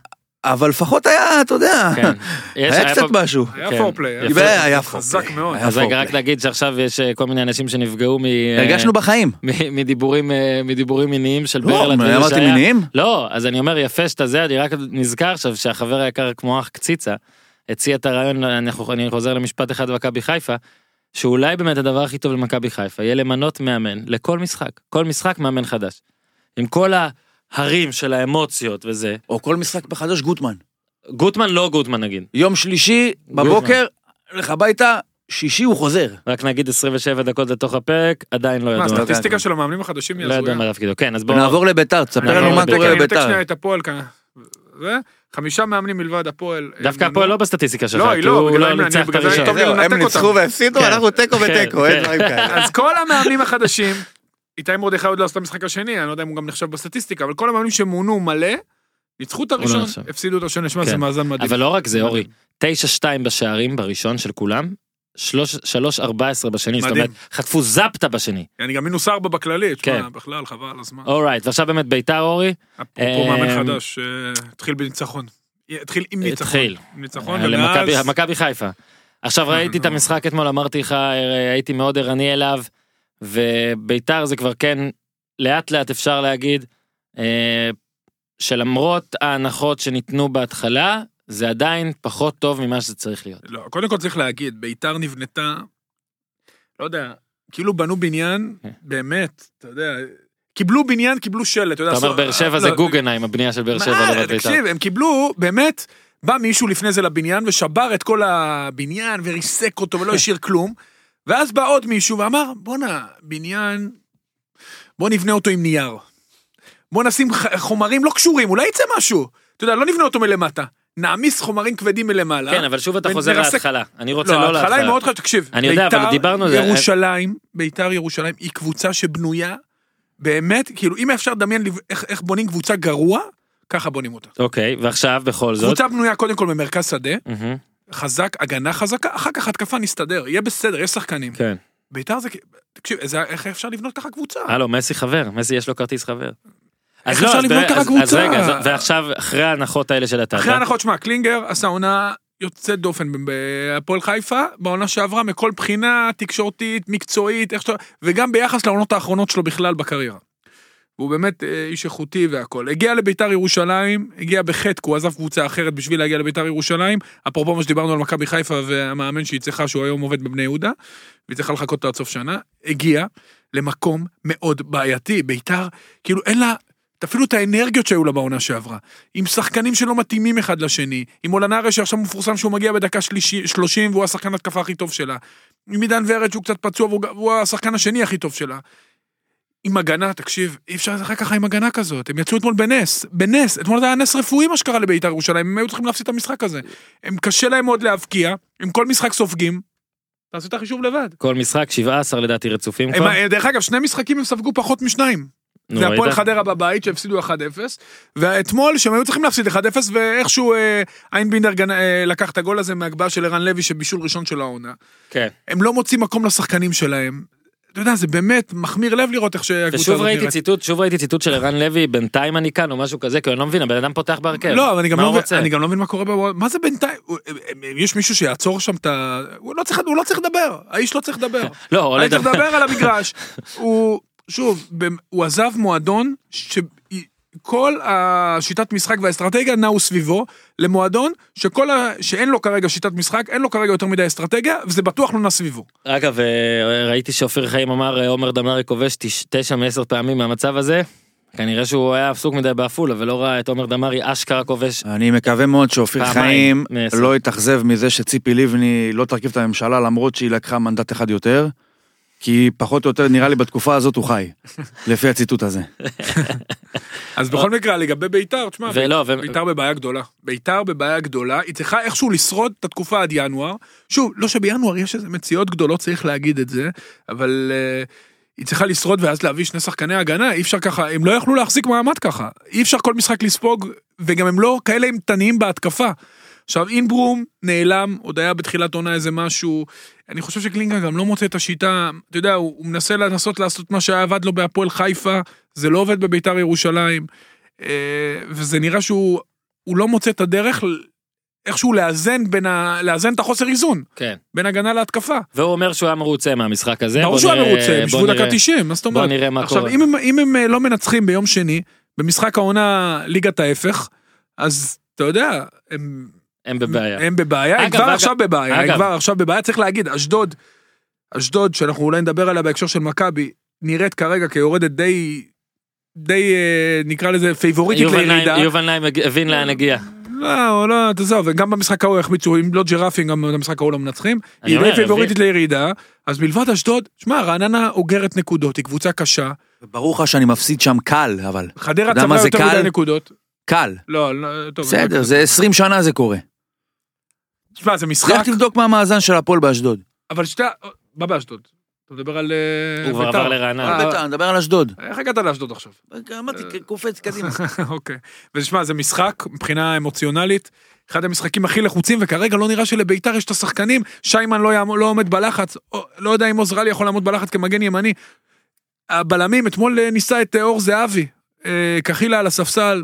Speaker 3: אבל לפחות היה, אתה יודע,
Speaker 1: כן. יש-
Speaker 3: היה קצת
Speaker 1: פה-
Speaker 3: משהו.
Speaker 2: היה
Speaker 1: כן.
Speaker 2: פורפליי.
Speaker 1: יפה.
Speaker 3: היה
Speaker 2: חזק
Speaker 3: פורפליי.
Speaker 2: מאוד.
Speaker 3: היה
Speaker 1: אז רגע,
Speaker 3: פורפליי.
Speaker 1: רק להגיד שעכשיו יש אה, כל מיני אנשים שנפגעו מ- אה,
Speaker 3: הרגשנו בחיים.
Speaker 1: מ- מדיבורים אה, מדיבורים מיניים של
Speaker 3: לא,
Speaker 1: ברלנד. וזה
Speaker 3: אמרתי
Speaker 1: שהיה-
Speaker 3: מיניים?
Speaker 1: לא, אז אני אומר יפה שאתה זה, אני רק נזכר עכשיו שהחבר היקר כמו אח קציצה, הציע את הרעיון, אנחנו- אני חוזר למשפט אחד במכבי חיפה, שאולי באמת הדבר הכי טוב למכבי חיפה יהיה למנות מאמן לכל משחק, כל משחק מאמן חדש. עם כל ההרים של האמוציות וזה,
Speaker 3: או כל משחק בחדש גוטמן.
Speaker 1: גוטמן לא גוטמן נגיד,
Speaker 3: יום שלישי
Speaker 1: גוטמן.
Speaker 3: בבוקר, הולך הביתה, שישי הוא חוזר.
Speaker 1: רק נגיד 27 דקות לתוך הפרק, עדיין לא
Speaker 2: מה,
Speaker 1: ידוע.
Speaker 2: הסטטיסטיקה של המאמנים החדשים היא
Speaker 1: לא יודע
Speaker 2: הזויה.
Speaker 1: מה תפקידו, כן, אז בואו,
Speaker 3: נעבור לביתר, תספר
Speaker 1: נעבור
Speaker 3: לנו מה
Speaker 1: לביתר.
Speaker 3: קורה
Speaker 2: אני אנתק
Speaker 3: בביתר.
Speaker 2: שנייה את הפועל כאן. זה, חמישה מאמנים מלבד הפועל.
Speaker 1: דווקא
Speaker 2: הם
Speaker 1: הפועל
Speaker 2: מנו-
Speaker 1: לא בסטטיסיקה שלך,
Speaker 2: לא, היא
Speaker 1: כי
Speaker 2: לא,
Speaker 1: הוא
Speaker 2: בגלל זה
Speaker 1: לא
Speaker 2: אני-
Speaker 1: ניצח את
Speaker 2: בגלל זה
Speaker 1: הראשון.
Speaker 2: טוב לי לנתק
Speaker 5: הם ניצחו
Speaker 2: אותם.
Speaker 5: והפסידו,
Speaker 1: כן.
Speaker 5: אנחנו תיקו
Speaker 1: כן,
Speaker 5: ותיקו, אין
Speaker 1: כן.
Speaker 5: דברים כאלה.
Speaker 2: אז כל המאמנים החדשים, איתי מרדכי עוד לא עשה משחק השני, אני לא יודע אם הוא גם נחשב בסטטיסטיקה, אבל כל המאמנים שמונו מלא, ניצחו את
Speaker 1: הוא
Speaker 2: הראשון,
Speaker 1: לא נחשב.
Speaker 2: הפסידו את השני, שמע, זה
Speaker 1: כן.
Speaker 2: מאזן מדהים.
Speaker 1: אבל לא רק זה, אורי, 9-2 בשערים בראשון של כולם, 3-14 בשני, זאת
Speaker 2: מדהים.
Speaker 1: אומרת, חטפו זפטה בשני.
Speaker 2: אני גם מינוס ארבע בכללי, תשמע,
Speaker 1: כן.
Speaker 2: בכלל, חבל על הזמן.
Speaker 1: אורייט, ועכשיו באמת ביתר, אורי,
Speaker 2: אפרופו מאמן
Speaker 1: אמ,
Speaker 2: חדש, אה, התחיל בניצחון. התחיל עם ניצחון.
Speaker 1: התחיל. אה,
Speaker 2: עם ניצחון, ומאז...
Speaker 1: למכבי מכבי חיפה. עכשיו
Speaker 2: אה,
Speaker 1: ראיתי את
Speaker 2: נו.
Speaker 1: המשחק אתמול, אמרתי לך, אה, הייתי מאוד ערני אליו, וביתר זה כבר כן, לאט לאט אפשר להגיד, אה, שלמרות ההנחות שניתנו בהתחלה, זה עדיין פחות טוב ממה שזה צריך להיות.
Speaker 2: לא, קודם כל צריך להגיד, ביתר נבנתה, לא יודע, כאילו בנו בניין,
Speaker 1: כן.
Speaker 2: באמת, אתה יודע, קיבלו בניין, קיבלו שלט, אתה יודע,
Speaker 1: אתה אומר
Speaker 2: עשו-
Speaker 1: באר שבע
Speaker 2: לא,
Speaker 1: זה גוגנהיים, הבנייה של באר שבע לא
Speaker 2: מה, אה,
Speaker 1: לבד ביתר.
Speaker 2: תקשיב, הם קיבלו, באמת, בא מישהו לפני זה לבניין ושבר את כל הבניין וריסק אותו ולא השאיר כלום, ואז בא עוד מישהו ואמר, בואנה, בניין, בוא נבנה אותו עם נייר. בוא נשים ח- חומרים לא קשורים, אולי יצא משהו. אתה יודע, לא נבנה אותו מלמטה. נעמיס חומרים כבדים מלמעלה.
Speaker 1: כן, אבל שוב אתה
Speaker 2: ונ-
Speaker 1: חוזר
Speaker 2: נרסק-
Speaker 1: להתחלה. אני רוצה
Speaker 2: לא,
Speaker 1: לא
Speaker 2: ההתחלה היא
Speaker 1: להתחלה.
Speaker 2: מאוד חשובה, תקשיב.
Speaker 1: אני יודע, אבל
Speaker 2: בית"ר
Speaker 1: דיברנו על זה.
Speaker 2: ירושלים, ביתר ירושלים היא קבוצה שבנויה, באמת, כאילו, אם אפשר לדמיין לב- איך- איך בונים קבוצה גרוע, ככה בונים אותה.
Speaker 1: אוקיי, ועכשיו בכל זאת.
Speaker 2: קבוצה בנויה קודם כל במרכז שדה,
Speaker 1: מהמם,
Speaker 2: חזק, הגנה חזקה, אחר כך התקפה נסתדר, יהיה בסדר, יש שחקנים.
Speaker 1: כן.
Speaker 2: ביתר זה, כ- תקשיב, זה- איך אפשר לבנות ככה קבוצה?
Speaker 1: הלו, מסי חבר, מסי יש לו כרטיס חבר.
Speaker 2: איך אפשר לבנות
Speaker 1: ב-
Speaker 2: ככה
Speaker 1: אז- אז
Speaker 2: קבוצה?
Speaker 1: רגע, אז- ועכשיו, אחרי ההנחות האלה של הטאטה.
Speaker 2: אחרי ההנחות, שמע, קלינגר עשה עונה יוצאת דופן ב- בהפועל חיפה, בעונה שעברה, מכל בחינה תקשורתית, מקצועית, איך שאתה... וגם ביחס לעונות האחרונות שלו בכלל בקריירה. והוא באמת אה, איש איכותי והכול. הגיע לביתר ירושלים, הגיע בחטא, כי הוא עזב קבוצה אחרת בשביל להגיע לביתר ירושלים. אפרופו מה שדיברנו על מכבי חיפה והמאמן שהיא צריכה, שהוא היום עובד בבני יהודה, והיא צריכה לחכות עד סוף שנה, הגיע למקום מאוד בעייתי. ביתר, כאילו אין לה, את אפילו את האנרגיות שהיו לה בעונה שעברה. עם שחקנים שלא מתאימים אחד לשני, עם אולנרי שעכשיו מפורסם שהוא מגיע בדקה שלישי- 30 והוא השחקן התקפה הכי טוב שלה. עם עידן ורד שהוא קצת פצוע והוא ג- והוא השחקן השני הכי טוב שלה. עם הגנה, תקשיב, אי אפשר לשחק ככה עם הגנה כזאת, הם יצאו אתמול בנס, בנס, אתמול זה היה נס רפואי מה שקרה לבית"ר ירושלים, הם היו צריכים להפסיד את המשחק הזה. הם קשה להם מאוד להבקיע, הם כל משחק סופגים, תעשו את החישוב לבד.
Speaker 1: כל משחק 17 לדעתי רצופים כבר.
Speaker 2: הם, אה, דרך אגב, שני משחקים הם ספגו פחות משניים.
Speaker 1: נו,
Speaker 2: זה
Speaker 1: ראית?
Speaker 2: הפועל חדרה בבית שהפסידו 1-0, ואתמול שהם היו צריכים להפסיד 1-0 ואיכשהו אה, איינבינדר גנ- אה, לקח את הגול הזה מהגבהה של ערן לוי שבישול ראשון של העונה.
Speaker 1: כן.
Speaker 2: הם לא מוצאים מקום לשחקנים שלהם. אתה יודע, זה באמת מחמיר לב לראות איך שהקבוצה
Speaker 1: ושוב
Speaker 2: הזאת
Speaker 1: ראיתי
Speaker 2: נראית.
Speaker 1: ציטוט, שוב ראיתי ציטוט של ערן לוי, בינתיים אני כאן או משהו כזה, כי אני לא מבין, הבן אדם פותח בהרכב.
Speaker 2: לא, אבל אני גם
Speaker 1: מה
Speaker 2: לא
Speaker 1: הוא
Speaker 2: מבין-
Speaker 1: רוצה?
Speaker 2: אני גם לא מבין מה קורה בוואל... מה זה בינתיים? הוא- יש מישהו שיעצור שם את ה... הוא לא צריך- הוא לא צריך לדבר, האיש לא צריך לדבר.
Speaker 1: לא, או
Speaker 2: אני צריך
Speaker 1: לדבר.
Speaker 2: לדבר על המגרש. הוא, שוב, ב- הוא עזב מועדון שכל השיטת משחק והאסטרטגיה נעו סביבו, למועדון שכל ה... שאין לו כרגע שיטת משחק, אין לו כרגע יותר מדי אסטרטגיה, וזה בטוח לא נע סביבו.
Speaker 1: אגב, אה, ראיתי שאופיר חיים אמר, אה, עומר דמארי כובש תש- תשע מעשר פעמים מהמצב הזה. כנראה שהוא היה עסוק מדי בעפולה ולא ראה את עומר דמארי אשכרה כובש.
Speaker 2: אה,
Speaker 3: אני מקווה מאוד שאופיר
Speaker 1: פעמיים,
Speaker 3: חיים
Speaker 1: מעשר.
Speaker 3: לא יתאכזב מזה שציפי לבני לא תרכיב את הממשלה למרות שהיא לקחה מנדט אחד יותר, כי פחות או יותר נראה לי בתקופה הזאת הוא חי, לפי הציטוט הזה.
Speaker 2: אז בכל מקרה, לגבי בית"ר, תשמע,
Speaker 1: ולא, ו-
Speaker 2: בית"ר בבעיה גדולה. בית"ר בבעיה גדולה, היא צריכה איכשהו לשרוד את התקופה עד ינואר. שוב, לא שבינואר יש איזה מציאות גדולות, צריך להגיד את זה, אבל אה, היא צריכה לשרוד ואז להביא שני שחקני הגנה, אי אפשר ככה, הם לא יכלו להחזיק מעמד ככה. אי אפשר כל משחק לספוג, וגם הם לא כאלה אימתניים בהתקפה. עכשיו אינברום נעלם, עוד היה בתחילת עונה איזה משהו, אני חושב שקלינגה גם לא מוצא את השיטה, אתה יודע, הוא, הוא מנסה לנסות לעשות מה שעבד לו בהפועל חיפה, זה לא עובד בביתר ירושלים, אה, וזה נראה שהוא הוא לא מוצא את הדרך ל- איכשהו לאזן בין ה... לאזן את החוסר איזון,
Speaker 1: כן.
Speaker 2: בין הגנה להתקפה.
Speaker 1: והוא אומר שהוא היה מרוצה מהמשחק הזה. כן,
Speaker 2: ברור
Speaker 1: בוא
Speaker 2: שהוא היה
Speaker 1: נראה-
Speaker 2: מרוצה,
Speaker 1: בוא
Speaker 2: בשביל דקה
Speaker 1: נראה-
Speaker 2: 90, מה זאת
Speaker 1: בוא
Speaker 2: אומרת?
Speaker 1: נראה מה
Speaker 2: עכשיו
Speaker 1: קורה.
Speaker 2: אם הם, אם הם אה, לא מנצחים ביום שני, במשחק העונה ליגת ההפך, אז אתה יודע, הם
Speaker 1: הם בבעיה.
Speaker 2: הם בבעיה, הם
Speaker 1: אגב,
Speaker 2: כבר
Speaker 1: אגב,
Speaker 2: עכשיו בבעיה, הם
Speaker 1: אגב.
Speaker 2: כבר עכשיו בבעיה, צריך להגיד, אשדוד, אשדוד, שאנחנו אולי נדבר עליה בהקשר של מכבי, נראית כרגע כיורדת די, די אה, נקרא לזה פייבוריטית
Speaker 1: יובל נעים-
Speaker 2: לירידה.
Speaker 1: יובל נעים הג- הבין
Speaker 2: אה,
Speaker 1: לאן הגיע.
Speaker 2: לא, לא, תעזוב, גם במשחק ההוא החמיצו, אם לא ג'ירפים, גם במשחק ההוא לא מנצחים.
Speaker 1: אני
Speaker 2: היא
Speaker 1: אומר,
Speaker 2: די פייבוריטית לירידה, אז מלבד אשדוד, שמע, רעננה אוגרת נקודות, היא קבוצה קשה,
Speaker 3: ברור לך שאני מפסיד שם קל, אבל
Speaker 2: חדרה
Speaker 3: יודע מה
Speaker 2: צברה
Speaker 3: זה
Speaker 2: יותר
Speaker 3: קל?
Speaker 2: מדי נקודות.
Speaker 3: קל.
Speaker 2: לא, לא, טוב.
Speaker 3: בסדר, זה 20 שנה זה קורה.
Speaker 2: שמע, זה משחק,
Speaker 3: לך תבדוק מה המאזן של הפועל באשדוד.
Speaker 2: אבל שאתה, מה באשדוד? אתה מדבר על... אה,
Speaker 1: הוא כבר
Speaker 2: בית"ר.
Speaker 1: עבר לרעננה.
Speaker 2: אה,
Speaker 3: בטח, אני מדבר על אשדוד.
Speaker 2: איך הגעת לאשדוד עכשיו?
Speaker 3: אמרתי, קופץ קדימה.
Speaker 2: אוקיי. ותשמע, זה משחק מבחינה אמוציונלית, אחד המשחקים הכי לחוצים, וכרגע לא נראה שלביתר יש את השחקנים, שיימן לא, יעמוד, לא עומד בלחץ, או, לא יודע אם עוזרלי יכול לעמוד בלחץ כמגן ימני. הבלמים, אתמול אה, ניסה את אה, אור זהבי, אה, קחילה על הספסל.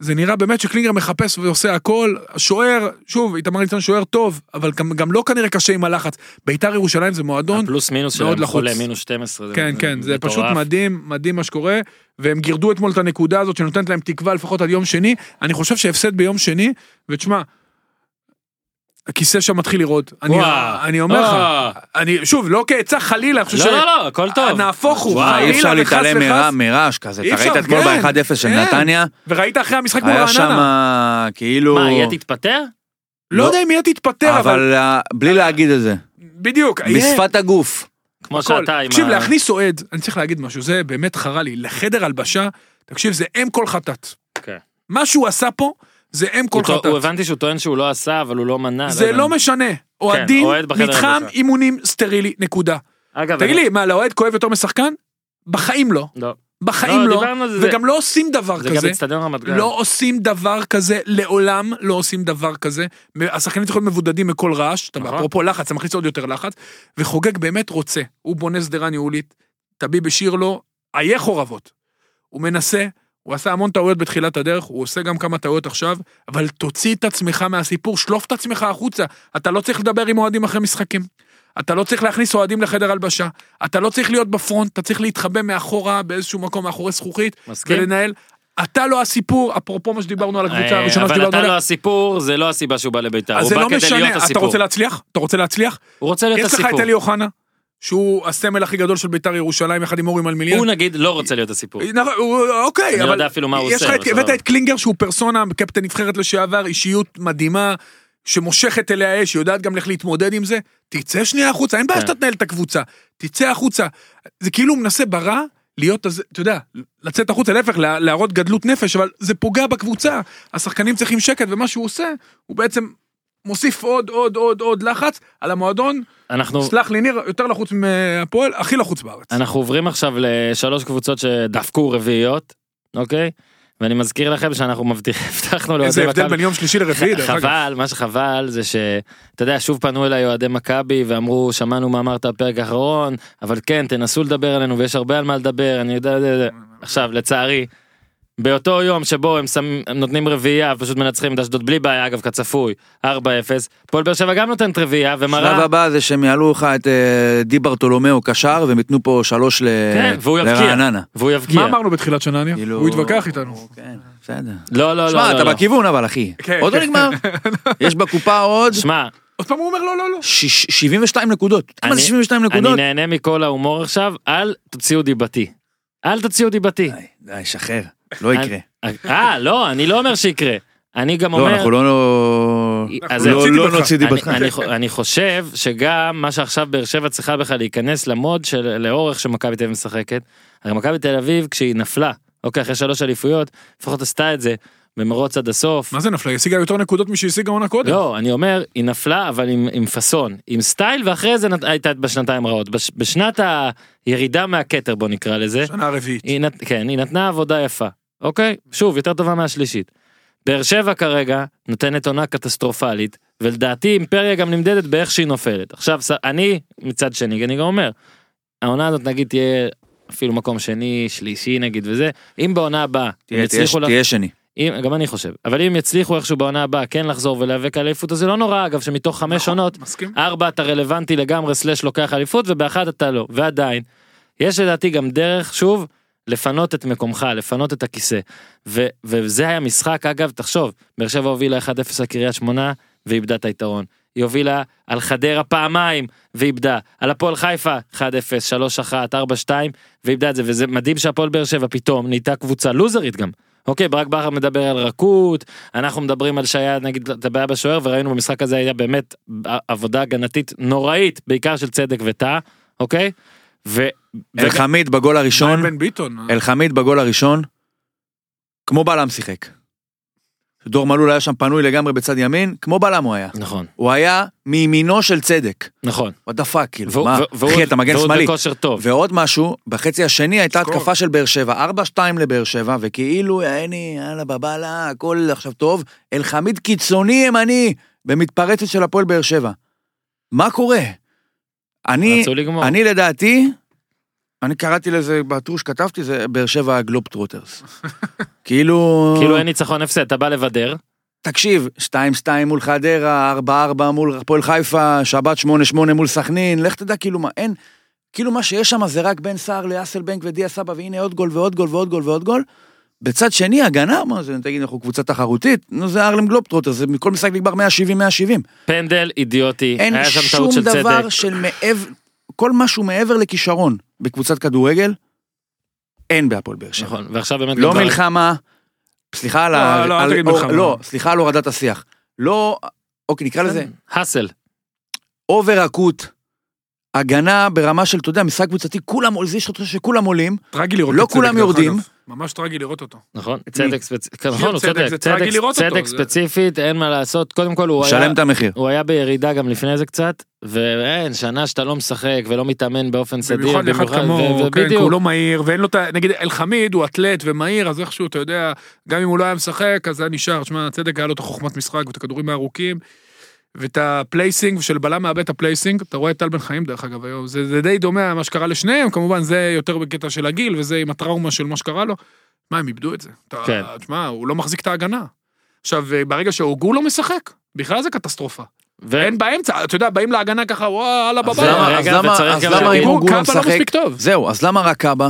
Speaker 2: זה נראה באמת שקלינגר מחפש ועושה הכל, השוער, שוב, איתמר ניצן שוער טוב, אבל גם, גם לא כנראה קשה עם הלחץ. ביתר ירושלים זה מועדון,
Speaker 1: הפלוס מינוס
Speaker 2: מאוד
Speaker 1: שלהם
Speaker 2: לחוץ.
Speaker 1: חולה מינוס 12. זה
Speaker 2: כן, כן, זה
Speaker 1: מטורף.
Speaker 2: פשוט מדהים, מדהים מה שקורה, והם גירדו אתמול את הנקודה הזאת שנותנת להם תקווה לפחות עד יום שני, אני חושב שהפסד ביום שני, ותשמע, הכיסא שם מתחיל לראות, אני-
Speaker 1: וואו.
Speaker 2: אני אומר לך,
Speaker 1: אה.
Speaker 2: אני, שוב, לא כעצה חלילה, אני חושב אה,
Speaker 1: לא, לא, לא, הכל טוב.
Speaker 2: נהפוך הוא,
Speaker 1: וואו,
Speaker 3: אי אפשר
Speaker 2: חלילה וחס
Speaker 3: להתעלם מרע-
Speaker 2: וחס,
Speaker 3: מרעש כזה.
Speaker 2: אי
Speaker 3: אתה ראית
Speaker 2: אפשר,
Speaker 3: אתמול
Speaker 2: כן,
Speaker 3: ב-1-0 של
Speaker 2: כן.
Speaker 3: נתניה,
Speaker 2: וראית אחרי המשחק מול
Speaker 3: היה שם
Speaker 2: רעננה,
Speaker 3: כאילו...
Speaker 1: מה, יהיה תתפטר?
Speaker 2: לא יודע אם יהיה תתפטר, אבל
Speaker 3: אבל אה, בלי להגיד את זה,
Speaker 2: בדיוק, יהיה-
Speaker 3: בשפת הגוף.
Speaker 1: כמו
Speaker 2: הכל.
Speaker 1: שאתה עם
Speaker 2: תקשיב,
Speaker 1: ה-
Speaker 2: להכניס אוהד, אני צריך להגיד משהו, זה באמת חרה לי, לחדר הלבשה, תקשיב, זה אם כל חטאת.
Speaker 1: כן.
Speaker 2: מה שהוא עשה פה, זה אם כל
Speaker 1: הוא טוע-
Speaker 2: חטאת.
Speaker 1: הוא הבנתי שהוא טוען שהוא לא עשה, אבל הוא לא מנע.
Speaker 2: זה
Speaker 1: יודע. כן,
Speaker 2: לא משנה. אוהדים,
Speaker 1: אוהד בחדר
Speaker 2: מתחם
Speaker 1: הלבשה.
Speaker 2: אימונים סטרילי, נקודה.
Speaker 1: אגב,
Speaker 2: תגיד
Speaker 1: אני-
Speaker 2: לי, מה, לאוהד כואב יותר משחקן? בחיים לא.
Speaker 1: לא.
Speaker 2: בחיים
Speaker 1: לא,
Speaker 2: לא.
Speaker 1: דיברנו על זה.
Speaker 2: וגם לא עושים דבר
Speaker 1: זה גם
Speaker 2: כזה.
Speaker 1: אצטדיון רמת גן.
Speaker 2: לא עושים דבר כזה, לעולם לא עושים דבר כזה. מ- השחקנים צריכים להיות מבודדים מכל רעש, אתה
Speaker 1: נכון.
Speaker 2: אפרופו לחץ, אתה מכניס עוד יותר לחץ, וחוגג באמת רוצה, הוא בונה שדרה ניהולית, תביא בשיר לו, איה חורבות. הוא מנסה, הוא עשה המון טעויות בתחילת הדרך, הוא עושה גם כמה טעויות עכשיו, אבל תוציא את עצמך מהסיפור, שלוף את עצמך החוצה. אתה לא צריך לדבר עם אוהדים אחרי משחקים. אתה לא צריך להכניס אוהדים לחדר הלבשה, אתה לא צריך להיות בפרונט, אתה צריך להתחבא מאחורה, באיזשהו מקום מאחורי זכוכית,
Speaker 1: מסכים.
Speaker 2: ולנהל. אתה לא הסיפור, אפרופו מה שדיברנו על הקבוצה
Speaker 1: אה,
Speaker 2: הראשונה
Speaker 1: אבל
Speaker 2: שדיברנו
Speaker 1: אתה לא
Speaker 2: עליה.
Speaker 1: הסיפור, זה לא הסיבה שהוא בא לביתר.
Speaker 2: אז
Speaker 1: הוא
Speaker 2: זה
Speaker 1: בא
Speaker 2: לא
Speaker 1: כדי להיות
Speaker 2: משנה, אתה
Speaker 1: הסיפור.
Speaker 2: רוצה להצליח? אתה רוצה להצליח?
Speaker 1: הוא רוצה להיות
Speaker 2: יש לך את
Speaker 1: הסיפור.
Speaker 2: אלי אוחנה, שהוא הסמל הכי גדול של בית"ר ירושלים יחד עם אורי מלמיליאן.
Speaker 1: הוא נגיד לא רוצה להיות הסיפור.
Speaker 2: נכון, הוא- אוקיי,
Speaker 1: אני
Speaker 2: אבל...
Speaker 1: לא יודע אפילו מה הוא
Speaker 2: יש לך
Speaker 1: עושה,
Speaker 2: את-
Speaker 1: אבל
Speaker 2: הבאת
Speaker 1: סבבה.
Speaker 2: את קלינגר שהוא פרסונה, קפטן נבחרת לשעבר, אישיות מדהימה, שמושכת אליה אש, יודעת גם איך להתמודד עם זה. תצא שנייה החוצה, אין בעיה
Speaker 1: כן.
Speaker 2: שאתה תנהל את הקבוצה. תצא החוצה. זה כאילו הוא מנסה ברע להיות, הזה- אתה יודע, לצאת החוצה, להפך, לה- להראות גדלות נפש, אבל זה פוגע בקבוצה. השחקנים צריכים שקט, ומה שהוא עושה, הוא בעצם מוסיף עוד, עוד, עוד, עוד לחץ על המועדון.
Speaker 1: אנחנו
Speaker 2: סלח לי, ניר, יותר לחוץ מהפועל, הכי לחוץ בארץ.
Speaker 1: אנחנו עוברים עכשיו לשלוש קבוצות שדפקו רביעיות, אוקיי? ואני מזכיר לכם שאנחנו מבטיח, הבטחנו לאוהדי
Speaker 2: איזה הבדל
Speaker 1: מכבי.
Speaker 2: בין יום שלישי לרביעי, דרך אגב.
Speaker 1: חבל, מה שחבל זה שאתה יודע, שוב פנו אליי אוהדי מכבי ואמרו, שמענו מה אמרת בפרק האחרון, אבל כן, תנסו לדבר עלינו ויש הרבה על מה לדבר, אני יודע, יודע, יודע. עכשיו, לצערי, באותו יום שבו הם, שמים, הם נותנים רביעייה, פשוט מנצחים את אשדוד בלי בעיה, אגב, כצפוי, 4-0, פועל באר שבע גם נותנת רביעייה
Speaker 3: השלב
Speaker 1: ומראה,
Speaker 3: הבא זה שהם יעלו לך את אה, די ברטולומיאו קשר והם ייתנו פה שלוש ל-
Speaker 1: כן, והוא יבקיע.
Speaker 3: אה, לרעננה.
Speaker 1: והוא יבקיע.
Speaker 2: מה אמרנו בתחילת שנה, ניר?
Speaker 3: כאילו-
Speaker 2: הוא התווכח איתנו.
Speaker 3: כן, בסדר.
Speaker 1: לא, לא, לא,
Speaker 3: שמע,
Speaker 1: לא,
Speaker 3: אתה
Speaker 1: לא.
Speaker 3: בכיוון אבל אחי.
Speaker 2: כן,
Speaker 3: עוד לא
Speaker 2: כן.
Speaker 3: נגמר. יש בקופה עוד
Speaker 1: שמע,
Speaker 2: עוד פעם הוא אומר לא, לא, לא.
Speaker 3: שיש- 72 נקודות. מה זה
Speaker 1: אני-
Speaker 3: 72
Speaker 1: אני
Speaker 3: נקודות?
Speaker 1: נהנה מכל ההומור עכשיו, אל תוציאו דיבתי. אל תוציאו דיבתי.
Speaker 3: די, די, שחרר. לא יקרה.
Speaker 1: אה, לא, אני לא אומר שיקרה. אני גם
Speaker 3: לא,
Speaker 1: אומר...
Speaker 3: אנחנו לא...
Speaker 1: אז
Speaker 2: לא-
Speaker 1: זהו.
Speaker 2: לא דיבתך. נוציא
Speaker 1: אני- אני חו- אני חושב שגם מה שעכשיו באר שבע צריכה בכלל להיכנס למוד של לאורך שמכבי תל אביב משחקת. הרי מכבי תל אביב כשהיא נפלה, אוקיי, אחרי שלוש אליפויות, לפחות עשתה את זה במרוץ עד הסוף.
Speaker 2: מה זה נפלה? היא השיגה יותר נקודות משהשיגה עונה קודם.
Speaker 1: לא, אני אומר, היא נפלה אבל עם, עם פאסון, עם סטייל, ואחרי זה נת... הייתה בשנתיים רעות. בש... בשנת הירידה מהכתר בוא נקרא לזה,
Speaker 2: שנה רביעית.
Speaker 1: היא נת... כן, היא נתנה עבודה יפה, אוקיי? שוב, יותר טובה מהשלישית. באר שבע כרגע נותנת עונה קטסטרופלית, ולדעתי אימפריה גם נמדדת באיך שהיא נופלת. עכשיו, ס- אני מצד שני, אני גם אומר, העונה הזאת נגיד תהיה אפילו מקום שני, שלישי נגיד וזה, אם בעונה הבאה הם
Speaker 3: תהיה- תהיה-
Speaker 1: יצליחו... לה-
Speaker 3: תהיה שני.
Speaker 1: אם, גם אני חושב, אבל אם יצליחו איכשהו בעונה הבאה כן לחזור ולהיאבק על אליפות, אז זה לא נורא אגב, שמתוך חמש
Speaker 2: נכון,
Speaker 1: עונות,
Speaker 2: מסכים.
Speaker 1: ארבע אתה רלוונטי לגמרי סלאש לוקח אליפות ובאחת אתה לא ועדיין יש לדעתי גם דרך שוב לפנות את מקומך לפנות את הכיסא ו- וזה היה משחק אגב תחשוב באר שבע הובילה 1-0 לקריית שמונה ואיבדה את היתרון. היא הובילה על חדרה פעמיים ואיבדה על הפועל חיפה 1-0 3-1 4-2 ואיבדה את זה וזה מדהים שהפועל באר שבע פתאום נהייתה קבוצה לוזרית גם. אוקיי ברק בכר מדבר על רכות אנחנו מדברים על שהיה נגיד את הבעיה בשוער וראינו במשחק הזה היה באמת עבודה הגנתית נוראית בעיקר של צדק וטאה אוקיי. ו... וגם-
Speaker 3: אלחמיד בגול הראשון.
Speaker 2: בן ביטון.
Speaker 1: Mm.
Speaker 3: אלחמיד בגול הראשון, כמו בלם שיחק. דור מלול היה שם פנוי לגמרי בצד ימין, כמו בלם הוא היה.
Speaker 1: נכון
Speaker 3: הוא היה מימינו של צדק.
Speaker 1: נכון.
Speaker 3: what the fuck, כאילו,
Speaker 1: והוא-
Speaker 3: מה?
Speaker 1: ו- והוא-
Speaker 3: אחי, אתה מגן
Speaker 1: והוא
Speaker 3: שמאלי.
Speaker 1: בכושר טוב.
Speaker 3: ועוד משהו, בחצי השני הייתה
Speaker 2: סקור.
Speaker 3: התקפה של באר שבע, 4-2 לבאר שבע, וכאילו, הנה, יאללה, בבאללה, הכל עכשיו טוב. אלחמיד קיצוני ימני, במתפרצת של הפועל באר שבע. מה קורה? אני,
Speaker 1: רצו לגמור.
Speaker 3: אני לדעתי, אני קראתי לזה בטור שכתבתי, זה באר שבע גלובטרוטרס. כאילו...
Speaker 1: כאילו אין ניצחון הפסד אתה בא לבדר
Speaker 3: תקשיב, 2-2 מול חדרה, 4-4 מול הפועל חיפה, שבת 8-8 מול סכנין, לך תדע כאילו מה, אין, כאילו מה שיש שם זה רק בן סער לאסלבנק ודיה סבא, והנה עוד גול ועוד גול ועוד גול ועוד גול. בצד שני, הגנה, מה זה, תגיד, אנחנו קבוצה תחרותית, נו זה ארלם גלובטרוטר, זה מכל משחק נגמר 170-170.
Speaker 1: פנדל אידיוטי
Speaker 3: אין
Speaker 1: היה שם
Speaker 3: שום
Speaker 1: טעות של צדק.
Speaker 3: דבר של מעבר, כל משהו מעבר לכישרון בקבוצת כדורגל, אין בהפועל באר שבע.
Speaker 1: נכון ועכשיו באמת
Speaker 3: לא
Speaker 1: גם-
Speaker 3: מלחמה, סליחה על ה...
Speaker 2: לא, לא, אל
Speaker 3: על-
Speaker 2: תגיד
Speaker 3: או-
Speaker 2: מלחמה.
Speaker 3: לא, סליחה על הורדת השיח. לא, אוקיי, נקרא לזה
Speaker 1: כן. האסל
Speaker 3: אובר אקוט, הגנה ברמה של, אתה יודע, משחק קבוצתי, כולם, עול- יש לך שכולם עולים,
Speaker 2: טרגי לראות
Speaker 3: לא
Speaker 2: את צדק,
Speaker 3: כולם
Speaker 2: דרך
Speaker 3: יורדים.
Speaker 2: אגב. ממש טרגי לראות אותו.
Speaker 1: נכון
Speaker 3: מי?
Speaker 1: צדק ספציפית נכון הוא
Speaker 2: צדק,
Speaker 1: צודק
Speaker 2: זה
Speaker 1: צדק
Speaker 2: טרגי לראות אותו,
Speaker 1: צדק
Speaker 2: זה-
Speaker 1: ספציפית אין מה לעשות קודם כל הוא היה
Speaker 3: שלם את המחיר.
Speaker 1: הוא היה בירידה גם לפני זה קצת, ואין, שנה שאתה לא משחק ולא מתאמן באופן סדיר,
Speaker 2: במיוחד לאחד
Speaker 1: ו-
Speaker 2: כמוהו, כן, כי
Speaker 1: ובדיוק,
Speaker 2: הוא לא מהיר, ואין לו את ה... נגיד אלחמיד הוא אתלט ומהיר, אז איכשהו, אתה יודע, גם אם הוא לא היה משחק, אז היה נשאר. שמע, צדק היה לו את החוכמת משחק ואת הכדורים הארוכים, ואת הפלייסינג, של בלם מאבד את הפלייסינג, אתה רואה את טל בן חיים דרך אגב היום, זה, זה די דומה למה שקרה לשניהם, כמובן זה יותר בקטע של הגיל, וזה עם הטראומה של מה שקרה לו. מה, הם איבדו את זה. אתה,
Speaker 1: כן.
Speaker 2: תשמע, הוא לא מחזיק את ההגנה. עכשיו, ברגע שהוגו לא משחק, בכלל זה קטסטרופה.
Speaker 1: ו-
Speaker 2: אין באמצע, אתה יודע, באים להגנה ככה, וואלה,
Speaker 1: כן. אז
Speaker 2: בבעיה.
Speaker 1: למה- רגע, וצריך
Speaker 3: אז
Speaker 1: גם
Speaker 3: למה
Speaker 1: להגיד-
Speaker 3: אם אוגו לא
Speaker 2: קאבה לא
Speaker 3: משחק?
Speaker 2: מספיק טוב.
Speaker 3: זהו, אז למה רק קאבה?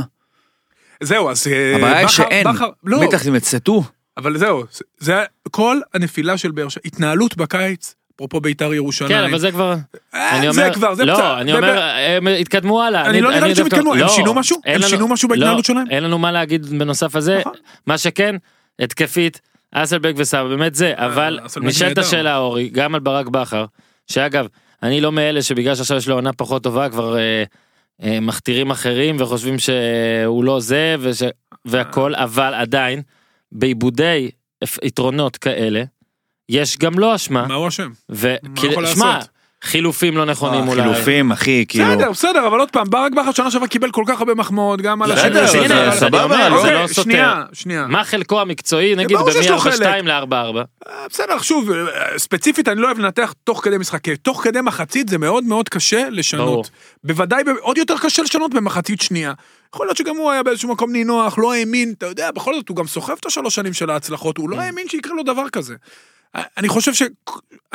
Speaker 2: זהו, אז... אה,
Speaker 3: הבעיה היא
Speaker 2: בכר-
Speaker 3: שאין.
Speaker 2: בכר- לא,
Speaker 3: בטח אם את סטו,
Speaker 2: אבל זהו, זה- זה כל הנפילה של באר שבע, התנהלות בקיץ, אפרופו ביתר ירושלים.
Speaker 1: כן, אבל זה כבר...
Speaker 2: אה,
Speaker 1: אני
Speaker 2: זה
Speaker 1: אומר-
Speaker 2: כבר, זה
Speaker 1: לא,
Speaker 2: פצע.
Speaker 1: אני
Speaker 2: ב-
Speaker 1: אומר,
Speaker 2: ב-
Speaker 1: הם התקדמו הלאה.
Speaker 2: אני לא נראה לי שהם
Speaker 1: דווקא-
Speaker 2: התקדמו, הם
Speaker 1: לא,
Speaker 2: שינו משהו?
Speaker 1: אין
Speaker 2: הם
Speaker 1: לנו-
Speaker 2: שינו משהו
Speaker 1: לא,
Speaker 2: בהתנהלות שלהם?
Speaker 1: אין לנו מה להגיד בנוסף על זה.
Speaker 2: נכון.
Speaker 1: מה שכן, התקפית, אסלבק וסבא, באמת זה, אבל
Speaker 2: אה, אסלבק
Speaker 1: נשאלת
Speaker 2: נהדר.
Speaker 1: השאלה, אורי, גם על ברק בכר, שאגב, אני לא מאלה שבגלל שעכשיו יש לו עונה פחות טובה, כבר אה, אה, מכתירים אחרים וחושבים שהוא לא זה וש- והכל,
Speaker 2: אה.
Speaker 1: אבל עדיין, בעיבודי יתרונות כאלה, יש גם לו אשמה.
Speaker 2: מה הוא אשם? מה הוא
Speaker 1: וכאילו,
Speaker 2: יכול
Speaker 1: כאילו, שמע,
Speaker 2: לעשות?
Speaker 1: חילופים לא
Speaker 2: אה,
Speaker 1: נכונים אולי.
Speaker 3: אה, חילופים אחי כאילו
Speaker 2: בסדר, בסדר, אבל עוד פעם, ברק בכר שנה שעברה קיבל כל כך הרבה מחמאות, גם על
Speaker 3: בסדר,
Speaker 2: השנה שעברה.
Speaker 3: אבל זה
Speaker 2: אבל-
Speaker 3: סבבה,
Speaker 1: אני אומר,
Speaker 3: לא?
Speaker 1: זה לא
Speaker 2: אוקיי,
Speaker 1: סותר.
Speaker 2: שנייה, שנייה.
Speaker 1: מה חלקו המקצועי נגיד
Speaker 2: ברור שיש לו
Speaker 1: ב-442
Speaker 2: חלק.
Speaker 1: ל-44?
Speaker 2: אה, בסדר, שוב, אה, ספציפית אני לא אוהב לנתח תוך כדי משחק, כי תוך כדי מחצית זה מאוד מאוד קשה
Speaker 1: ברור.
Speaker 2: לשנות. בוודאי, ב- עוד יותר קשה לשנות במחצית שנייה. יכול להיות שגם הוא היה באיזשהו מקום נינוח, לא האמין, אתה יודע, בכל זאת הוא גם סוחב את השלוש שנים של ההצלחות, הוא לא האמין שיקרה לו דבר כזה. אה, אני חושב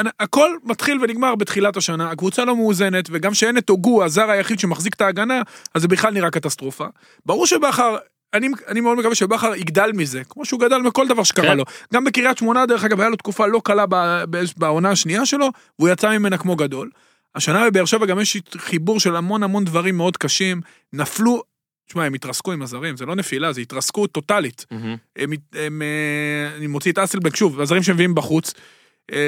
Speaker 2: שהכל מתחיל ונגמר בתחילת השנה, הקבוצה לא מאוזנת, וגם שאין את הוגו, הזר היחיד שמחזיק את ההגנה, אז זה בכלל נראה קטסטרופה. ברור שבכר, אני, אני מאוד מקווה שבכר יגדל מזה, כמו שהוא גדל מכל דבר שקרה
Speaker 1: כן.
Speaker 2: לו. גם בקריית שמונה, דרך אגב, היה לו תקופה לא קלה ב- באיז- בעונה השנייה שלו, והוא יצא ממנה כמו גדול. השנה בבאר שבע גם יש חיבור של המון המון דברים מאוד קשים, נפלו, תשמע, הם התרסקו עם הזרים, זה לא נפילה, זה התרסקות טוטאלית. הם, הם, אה, אני מוציא את אסלבק שוב, הזרים שמביאים בחוץ. אה,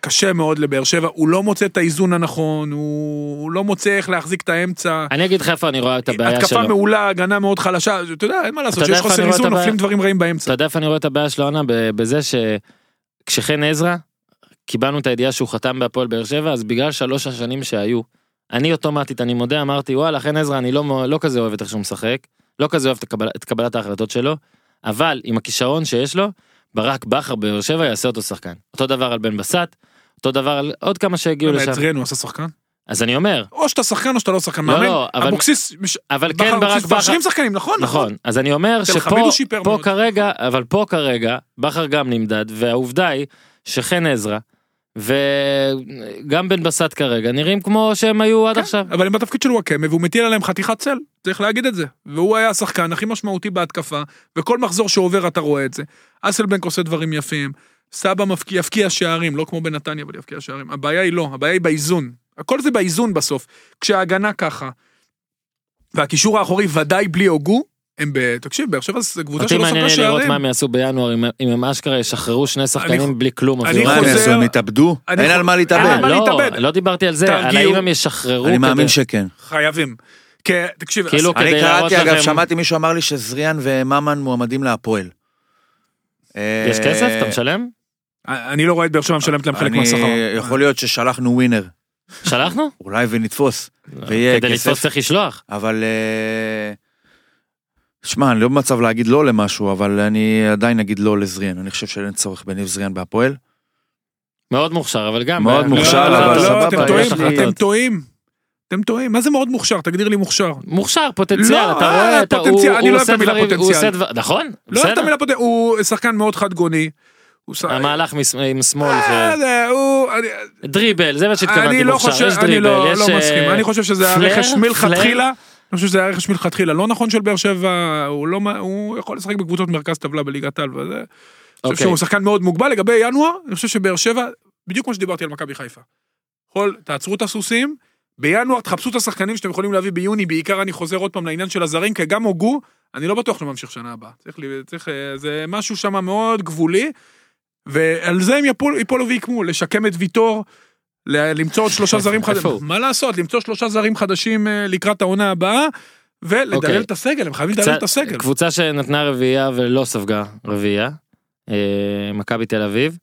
Speaker 2: קשה מאוד לבאר שבע, הוא לא מוצא את האיזון הנכון, הוא הוא לא מוצא איך להחזיק את האמצע.
Speaker 1: אני אגיד לך איפה אני רואה את הבעיה
Speaker 2: התקפה
Speaker 1: שלו.
Speaker 2: מעולה, הגנה מאוד חלשה, אתה יודע, אין מה לעשות,
Speaker 1: יודע
Speaker 2: שיש
Speaker 1: איפה אני
Speaker 2: חוסר
Speaker 1: רואה את
Speaker 2: איזון,
Speaker 1: הבעיה?
Speaker 2: נופלים דברים רעים
Speaker 1: אתה
Speaker 2: באמצע.
Speaker 1: יודע איפה אני רואה את הבעיה של העונה? ב- בזה שכשחן עזרא, קיבלנו את הידיעה שהוא חתם בהפועל באר שבע, אז בגלל שלוש השנים שהיו, אני אוטומטית, אני מודה, אמרתי, וואלה, חן עזרא, אני לא מ- לא כזה אוהב את איך שהוא משחק, לא כזה אוהב את הקבל- את קבלת ההחלטות שלו, אבל עם הכישרון שיש לו, ברק בכר בבאר שבע יעשה אותו שחקן. אותו דבר על בן בסט, אותו דבר על עוד כמה שהגיעו לשם.
Speaker 2: אצלנו עשה שחקן?
Speaker 1: אז אני אומר,
Speaker 2: או שאתה שחקן או שאתה לא שחקן,
Speaker 1: לא,
Speaker 2: מאמן.
Speaker 1: לא, אבל-
Speaker 2: אבוקסיס, מש-
Speaker 1: אבל
Speaker 2: בכר,
Speaker 1: כן ברק
Speaker 2: אבוקסיס,
Speaker 1: בכר,
Speaker 2: מאשרים שחקנים, נכון?
Speaker 1: נכון, אז אני אומר
Speaker 2: תל חביב
Speaker 1: שפה,
Speaker 2: הוא שיפר
Speaker 1: פה
Speaker 2: מאוד.
Speaker 1: כרגע, אבל פה כרגע, בכר גם נמדד, והעובדה היא שחן עזרא, וגם בן בסט כרגע, נראים כמו שהם היו
Speaker 2: כן,
Speaker 1: עד עכשיו.
Speaker 2: אבל הם בתפקיד של וואקמה והוא מטיל עליהם חתיכת צל, צריך להגיד את זה. והוא היה השחקן הכי משמעותי בהתקפה, וכל מחזור שעובר אתה רואה את זה. אסלבנק עושה דברים יפים, סבא מפקיע, יפקיע שערים, לא כמו בנתניה, אבל יפקיע שערים. הבעיה היא לא, הבעיה היא באיזון. הכל זה באיזון בסוף. כשההגנה ככה, והקישור האחורי ודאי בלי הוגו, הם ב... תקשיב, באר שבע זו קבוצה
Speaker 1: אותי
Speaker 2: שלא ספקה
Speaker 1: מעניין יהיה לראות
Speaker 2: שערים.
Speaker 1: מה הם יעשו בינואר, אם- אם הם אשכרה ישחררו שני שחקנים בלי כלום.
Speaker 2: אני
Speaker 1: אפילו.
Speaker 3: מה הם
Speaker 2: חוזר-
Speaker 3: יעשו הם יתאבדו
Speaker 2: אני
Speaker 3: אין
Speaker 2: חו-
Speaker 3: על מה
Speaker 1: אה,
Speaker 3: להתאבד
Speaker 2: אבל
Speaker 1: לא,
Speaker 2: להתאבד.
Speaker 1: לא דיברתי על זה, על
Speaker 2: תרגיעו.
Speaker 1: האם הם ישחררו.
Speaker 3: אני מאמין
Speaker 1: כדי-
Speaker 3: שכן
Speaker 2: חייבים. כן, תקשיב,
Speaker 1: כאילו,
Speaker 2: אס-
Speaker 1: כדי
Speaker 3: אני
Speaker 1: להראות
Speaker 3: קראתי אגב
Speaker 1: לכם-
Speaker 3: שמעתי מישהו אמר לי שזריאן וממן מועמדים להפועל. אה,
Speaker 1: יש כסף? אתה משלם?
Speaker 2: אני לא רואה את באר שבע משלמת להם חלק מהשכר.
Speaker 3: אני יכול להיות ששלחנו ווינר
Speaker 1: שלחנו?
Speaker 3: אולי ונתפוס ויהיה
Speaker 1: אה, כדי לתפוס
Speaker 3: כסף
Speaker 1: צריך לשלוח.
Speaker 3: אבל. אה, שמע, אני לא במצב להגיד לא למשהו, אבל אני עדיין אגיד לא לזריאן. אני חושב שאין צורך בניב זריאן בהפועל.
Speaker 1: מאוד מוכשר, אבל גם...
Speaker 3: מאוד
Speaker 1: אה,
Speaker 3: מוכשר,
Speaker 1: לא,
Speaker 3: אבל
Speaker 1: לא,
Speaker 3: סבבה,
Speaker 2: לא,
Speaker 1: יש
Speaker 2: אתם טועים,
Speaker 1: החלטות.
Speaker 2: אתם טועים. אתם טועים, מה זה מאוד מוכשר? תגדיר לי מוכשר.
Speaker 1: מוכשר, פוטנציאל,
Speaker 2: לא,
Speaker 1: אתה
Speaker 2: אה,
Speaker 1: רואה, אתה-
Speaker 2: פוטנציאל,
Speaker 1: הוא-
Speaker 2: אני
Speaker 1: הוא
Speaker 2: לא אוהב את
Speaker 1: עושה
Speaker 2: המילה
Speaker 1: דברים, הוא
Speaker 2: פוטנציאל.
Speaker 1: עושה דבר, נכון,
Speaker 2: לא אוהב את
Speaker 1: בסדר, אה,
Speaker 2: המילה פוטנציאל, הוא שחקן מאוד חד גוני. הוא ש-
Speaker 1: המהלך מס- עם שמאל,
Speaker 2: אה,
Speaker 1: ש-
Speaker 2: זה- הוא... אני-
Speaker 1: דריבל, זה מה שהתכוונתי,
Speaker 2: אני לא
Speaker 1: מוכשר,
Speaker 2: חושב,
Speaker 1: יש
Speaker 2: אני
Speaker 1: דריבל,
Speaker 2: לא
Speaker 1: יש...
Speaker 2: לא
Speaker 1: אה,
Speaker 2: מסכים. אני חושב שזה היה
Speaker 1: פלר,
Speaker 2: רכש
Speaker 1: פלר.
Speaker 2: מלכתחילה. אני חושב שזה היה רכש מלכתחילה לא נכון של באר שבע, הוא לא מה- הוא יכול לשחק בקבוצות מרכז טבלה בליגת העל וזה. אני חושב
Speaker 1: אוקיי.
Speaker 2: שהוא שחקן מאוד מוגבל. לגבי ינואר, אני חושב שבאר שבע, בדיוק כמו שדיברתי על מכבי חיפה. כל, תעצרו את הסוסים, בינואר תחפשו את השחקנים שאתם יכולים להביא ביוני, בעיקר אני חוזר עוד פעם לעניין של הזרים, כי גם הוגו, אני לא בטוח שהוא ממשיך שנה הבאה. צריך, ל- צריך, אה, זה משהו שם מאוד גבולי, ועל זה הם יפול- יפולו ויקמו, לשקם את ויטור, ל- למצוא עוד שלושה זרים
Speaker 1: איפה
Speaker 2: חדשים.
Speaker 1: הוא?
Speaker 2: מה לעשות, למצוא שלושה זרים חדשים אה, לקראת העונה הבאה, ולדלל
Speaker 1: אוקיי.
Speaker 2: את הסגל, הם חייבים
Speaker 1: קצת-
Speaker 2: לדלל את הסגל.
Speaker 1: קבוצה שנתנה רביעייה ולא ספגה רביעייה, אה, מכבי תל אביב,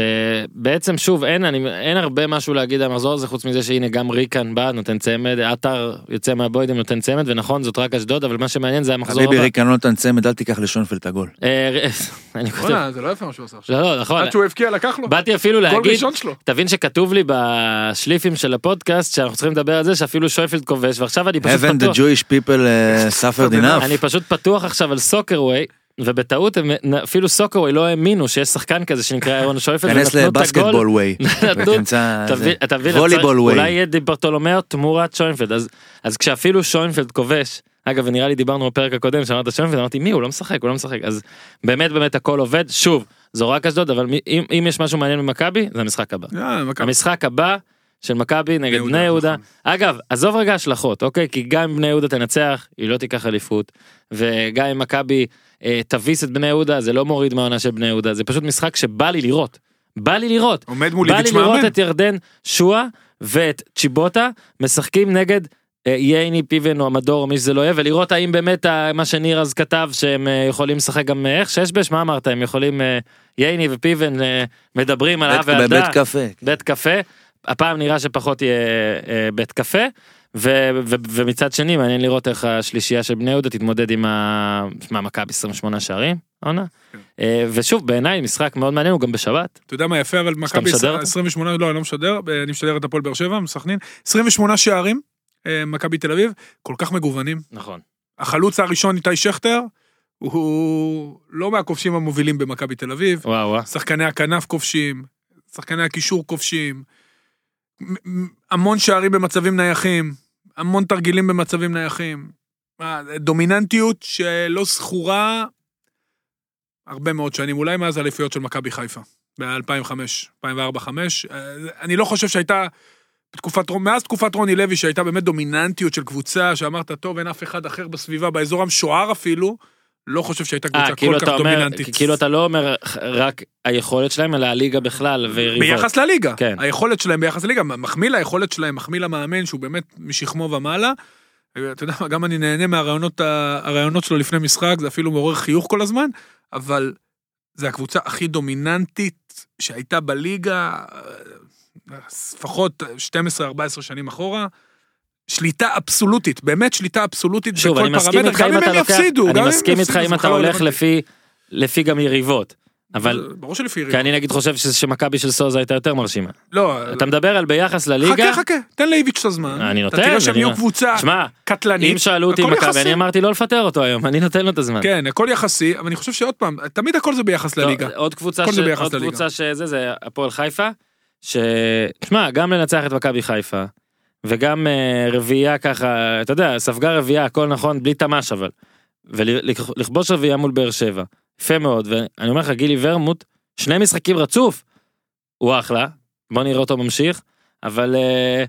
Speaker 1: שבעצם שוב אין, אני, אין הרבה משהו להגיד על המחזור הזה חוץ מזה שהנה גם ריקן בא נותן צמד, עטר יוצא מהבוידם נותן צמד ונכון זאת רק אשדוד אבל מה שמעניין זה המחזור
Speaker 3: חביבי
Speaker 1: הבא.
Speaker 3: ריקן לא נתן צמד, אל תיקח לשונפלד את הגול.
Speaker 1: אה, ר- אני כותב,
Speaker 2: בוא'נה, זה לא יפה מה שהוא עושה עכשיו.
Speaker 1: לא לא נכון,
Speaker 2: עד שהוא הבקיע לקח לו,
Speaker 1: באתי אפילו
Speaker 2: גול
Speaker 1: להגיד,
Speaker 2: ראשון שלו.
Speaker 1: תבין שכתוב לי בשליפים של הפודקאסט שאנחנו צריכים לדבר על זה שאפילו שויפלד כובש ועכשיו אני פשוט
Speaker 3: Haven't the
Speaker 1: פתוח.
Speaker 3: Jewish people uh, suffered enough.
Speaker 1: אני פשוט פתוח עכשיו על סוקרווי ובטעות הם אפילו סוקרווי לא האמינו שיש שחקן כזה שנקרא אירון שויפלד.
Speaker 3: כנס
Speaker 1: ונתנו את
Speaker 3: לבסקטבול
Speaker 1: הגול.
Speaker 3: ווי.
Speaker 1: נתנו-
Speaker 3: ותמצא
Speaker 1: תבין-
Speaker 3: זה.
Speaker 1: אתה מבין,
Speaker 3: ווליבול
Speaker 1: צריך-
Speaker 3: ווי.
Speaker 1: אולי יהיה דיברטולומיאו תמורת שוינפלד אז אז כשאפילו שוינפלד כובש אגב ונראה לי דיברנו בפרק הקודם שאמרת שוינפלד אמרתי מי הוא לא משחק הוא לא משחק אז באמת באמת הכל עובד שוב זו רק אשדוד, אבל מי- אם, אם יש משהו מעניין במכבי, זה המשחק הבא.
Speaker 2: אה, מכבי.
Speaker 1: המשחק הבא של מכבי נגד
Speaker 2: יהודה,
Speaker 1: בני יהודה.
Speaker 2: נכון.
Speaker 1: אגב, עזוב רגע השלכות, אוקיי? כי גם אם בני יהודה תנצח, היא לא תיקח אליפות. וגם אם מכבי אה, תביס את בני יהודה, זה לא מוריד מהעונה של בני יהודה. זה פשוט משחק שבא לי לראות. בא לי לראות.
Speaker 2: עומד
Speaker 1: בא
Speaker 2: מולי
Speaker 1: לי
Speaker 2: ביץ'
Speaker 1: לראות
Speaker 2: מאמן.
Speaker 1: את ירדן שואה ואת צ'יבוטה משחקים נגד אה, ייני פיבן או המדור או מי שזה לא יהיה ולראות האם באמת ה- מה שניר אז כתב שהם אה, יכולים לשחק גם אה, איך שש בש מה אמרת הם יכולים אה, ייני ופיבן אה, מדברים על הא
Speaker 3: בית-
Speaker 1: ועדה
Speaker 3: בבית קפה. כן.
Speaker 1: בית קפה הפעם נראה שפחות יהיה אה, בית קפה. ו- ו- ומצד שני מעניין לראות איך השלישייה של בני יהודה תתמודד עם ה- מה, מכבי 28 שערים עונה
Speaker 2: כן.
Speaker 1: אה, ושוב בעיניי משחק מאוד מעניין הוא גם בשבת
Speaker 2: אתה יודע מה יפה, אבל מכבי
Speaker 1: משדר אותו?
Speaker 2: 28, לא, אני לא משדר, אה, אני משדר את הפועל באר שבע, מסכנין. 28 שערים, אה, מכבי תל אביב, כל כך מגוונים.
Speaker 1: נכון.
Speaker 2: החלוץ הראשון איתי שכטר, הוא לא מהכובשים המובילים במכבי תל אביב.
Speaker 1: וואו וואו.
Speaker 2: שחקני הכנף כובשים, שחקני הקישור כובשים, מ- מ- המון שערים במצבים נייחים, המון תרגילים במצבים נייחים. מה, דומיננטיות שלא זכורה הרבה מאוד שנים, אולי מאז האליפויות של מכבי חיפה, ב-2005, 2004-2005. אני לא חושב שהייתה... בתקופת, רון- מאז תקופת רוני לוי שהייתה באמת דומיננטיות של קבוצה שאמרת טוב אין אף אחד אחר בסביבה באזור המשוער אפילו לא חושב שהייתה קבוצה
Speaker 1: אה,
Speaker 2: כל
Speaker 1: כאילו
Speaker 2: כך
Speaker 1: אתה אומר,
Speaker 2: דומיננטית.
Speaker 1: כאילו אתה לא אומר רק היכולת שלהם, אלא הליגה בכלל ויריבות.
Speaker 2: ביחס לליגה.
Speaker 1: כן.
Speaker 2: היכולת שלהם ביחס לליגה, מחמיא ליכולת שלהם, מחמיא למאמן שהוא באמת משכמו ומעלה. אתה יודע מה, גם אני נהנה מהרעיונות ה- הרעיונות שלו לפני משחק, זה אפילו מעורר חיוך כל הזמן, אבל זה הקבוצה הכי דומיננטית שהייתה בליגה, אה, לפחות 12-14 שנים אחורה. שליטה אבסולוטית, באמת שליטה אבסולוטית
Speaker 1: שוב, אני
Speaker 2: בכל
Speaker 1: מסכים
Speaker 2: פרמטר,
Speaker 1: איתך
Speaker 2: גם
Speaker 1: אם
Speaker 2: אם
Speaker 1: אתה
Speaker 2: הם
Speaker 1: לוקח,
Speaker 2: יפסידו,
Speaker 1: אני
Speaker 2: גם אם הם
Speaker 1: מסכים איתך
Speaker 2: יפסידו,
Speaker 1: אם
Speaker 2: זה
Speaker 1: אתה
Speaker 2: בכלל לא
Speaker 1: הולך
Speaker 2: רלוונטי.
Speaker 1: לפי, לפי גם יריבות. אבל,
Speaker 2: זה- ברור שלפי
Speaker 1: כי
Speaker 2: יריבות.
Speaker 1: אני נגיד חושב ש- שמכבי של סוזה הייתה יותר מרשימה.
Speaker 2: לא,
Speaker 1: אתה מדבר על ביחס לליגה,
Speaker 2: חכה חכה, תן לאיביץ' את הזמן.
Speaker 1: אני נותן,
Speaker 2: אתה תראה
Speaker 1: אני
Speaker 2: שהם יהיו
Speaker 1: נותן.
Speaker 2: קבוצה
Speaker 1: שמע,
Speaker 2: קטלנית.
Speaker 1: אם שאלו אותי
Speaker 2: הכל
Speaker 1: מכבי,
Speaker 2: יחסי.
Speaker 1: אני אמרתי לא לפטר אותו היום, אני נותן לו את הזמן.
Speaker 2: כן, הכל יחסי, אבל אני חושב שעוד פעם, תמיד הכל זה ביחס
Speaker 1: לא,
Speaker 2: לליגה.
Speaker 1: עוד קבוצה
Speaker 2: הכל
Speaker 1: ש-
Speaker 2: זה ביחס
Speaker 1: עוד
Speaker 2: לליגה.
Speaker 1: קבוצה שזה, זה הפועל חיפה, ש... תשמע, גם לנצח את מכבי חיפה, וגם אה, רביעייה ככה, אתה יודע, ספגה רביעייה, הכל נכון, בלי תמ"ש אבל. ולכבוש רביעייה מול באר שבע, יפה מאוד, ואני אומר לך, גילי ורמוט, שני משחקים רצוף, הוא אחלה, בוא נראה אותו ממשיך, אבל אה,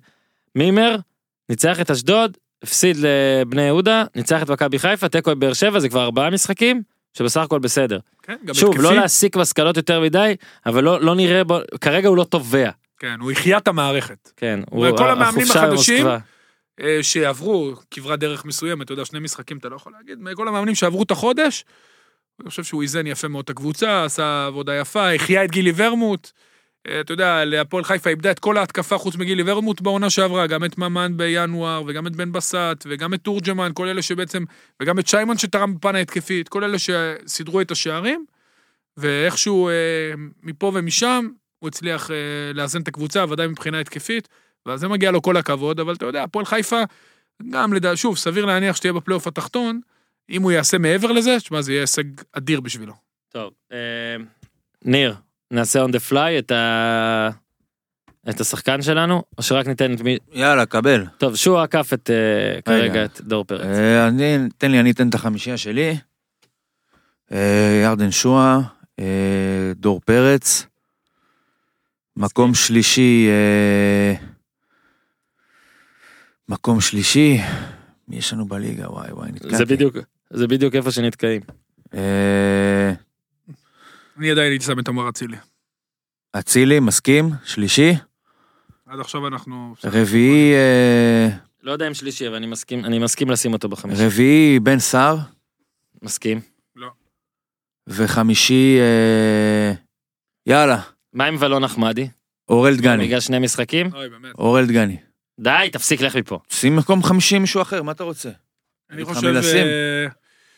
Speaker 1: מימר, ניצח את אשדוד, הפסיד לבני יהודה, ניצח את מכבי חיפה, תיקו את באר שבע, זה כבר ארבעה משחקים, שבסך הכל בסדר.
Speaker 2: כן, גם
Speaker 1: שוב,
Speaker 2: התקפי.
Speaker 1: לא להסיק מסקנות יותר מדי, אבל לא, לא נראה, בו, כרגע הוא לא תובע.
Speaker 2: כן, הוא החיה את המערכת.
Speaker 1: כן, הוא
Speaker 2: וכל המאמנים
Speaker 1: החופשה
Speaker 2: החדשים,
Speaker 1: במוסקבה.
Speaker 2: אה, שעברו כברת דרך מסוימת, אתה יודע, שני משחקים אתה לא יכול להגיד, מכל המאמנים שעברו את החודש, אני חושב שהוא איזן יפה מאוד את הקבוצה, עשה עבודה יפה, החיה את גילי ורמוט. אה, אתה יודע, להפועל חיפה איבדה את כל ההתקפה חוץ מגילי ורמוט בעונה שעברה, גם את ממן בינואר, וגם את בן בסט, וגם את תורג'מן, כל אלה שבעצם, וגם את שיימן שתרם בפן ההתקפי, את כל אלה שסידרו את השערים, ואיכשהו אה, מפה ומשם הוא הצליח אה, לאזן את הקבוצה, ודאי מבחינה התקפית, ועל זה מגיע לו כל הכבוד, אבל אתה יודע, הפועל חיפה, גם לדעת, שוב, סביר להניח שתהיה בפלייאוף התחתון, אם הוא יעשה מעבר לזה, תשמע, זה יהיה הישג אדיר בשבילו.
Speaker 1: טוב, אה, ניר, נעשה on the fly את, ה... את השחקן שלנו, או שרק ניתן את מי...
Speaker 3: יאללה, קבל.
Speaker 1: טוב, שועה עקף את, אה, כרגע את דור פרץ.
Speaker 3: אה, אני, תן לי, אני אתן את החמישייה שלי. אה, ירדן שואה, אה, דור פרץ. מקום שלישי, אה, מקום שלישי, מי יש לנו בליגה? וואי וואי, נתקעתי.
Speaker 1: זה בדיוק, זה בדיוק איפה שנתקעים.
Speaker 3: אה,
Speaker 2: אני עדיין הייתי שם את עומר אצילי.
Speaker 3: אצילי, מסכים, שלישי.
Speaker 2: עד עכשיו אנחנו...
Speaker 3: רביעי, אה,
Speaker 1: לא יודע אם שלישי, אבל אני מסכים, אני מסכים לשים אותו בחמישי.
Speaker 3: רביעי, בן סער.
Speaker 1: מסכים.
Speaker 3: וחמישי, אה, יאללה,
Speaker 1: מה עם ולון אחמדי?
Speaker 3: אורל דגני.
Speaker 1: בגלל שני משחקים?
Speaker 2: אוי, באמת.
Speaker 3: אורל דגני.
Speaker 1: די, תפסיק, לך מפה.
Speaker 3: שים מקום חמישי עם מישהו אחר, מה אתה רוצה?
Speaker 2: אני
Speaker 3: איתך
Speaker 2: חושב...
Speaker 3: מנסים.
Speaker 2: אה,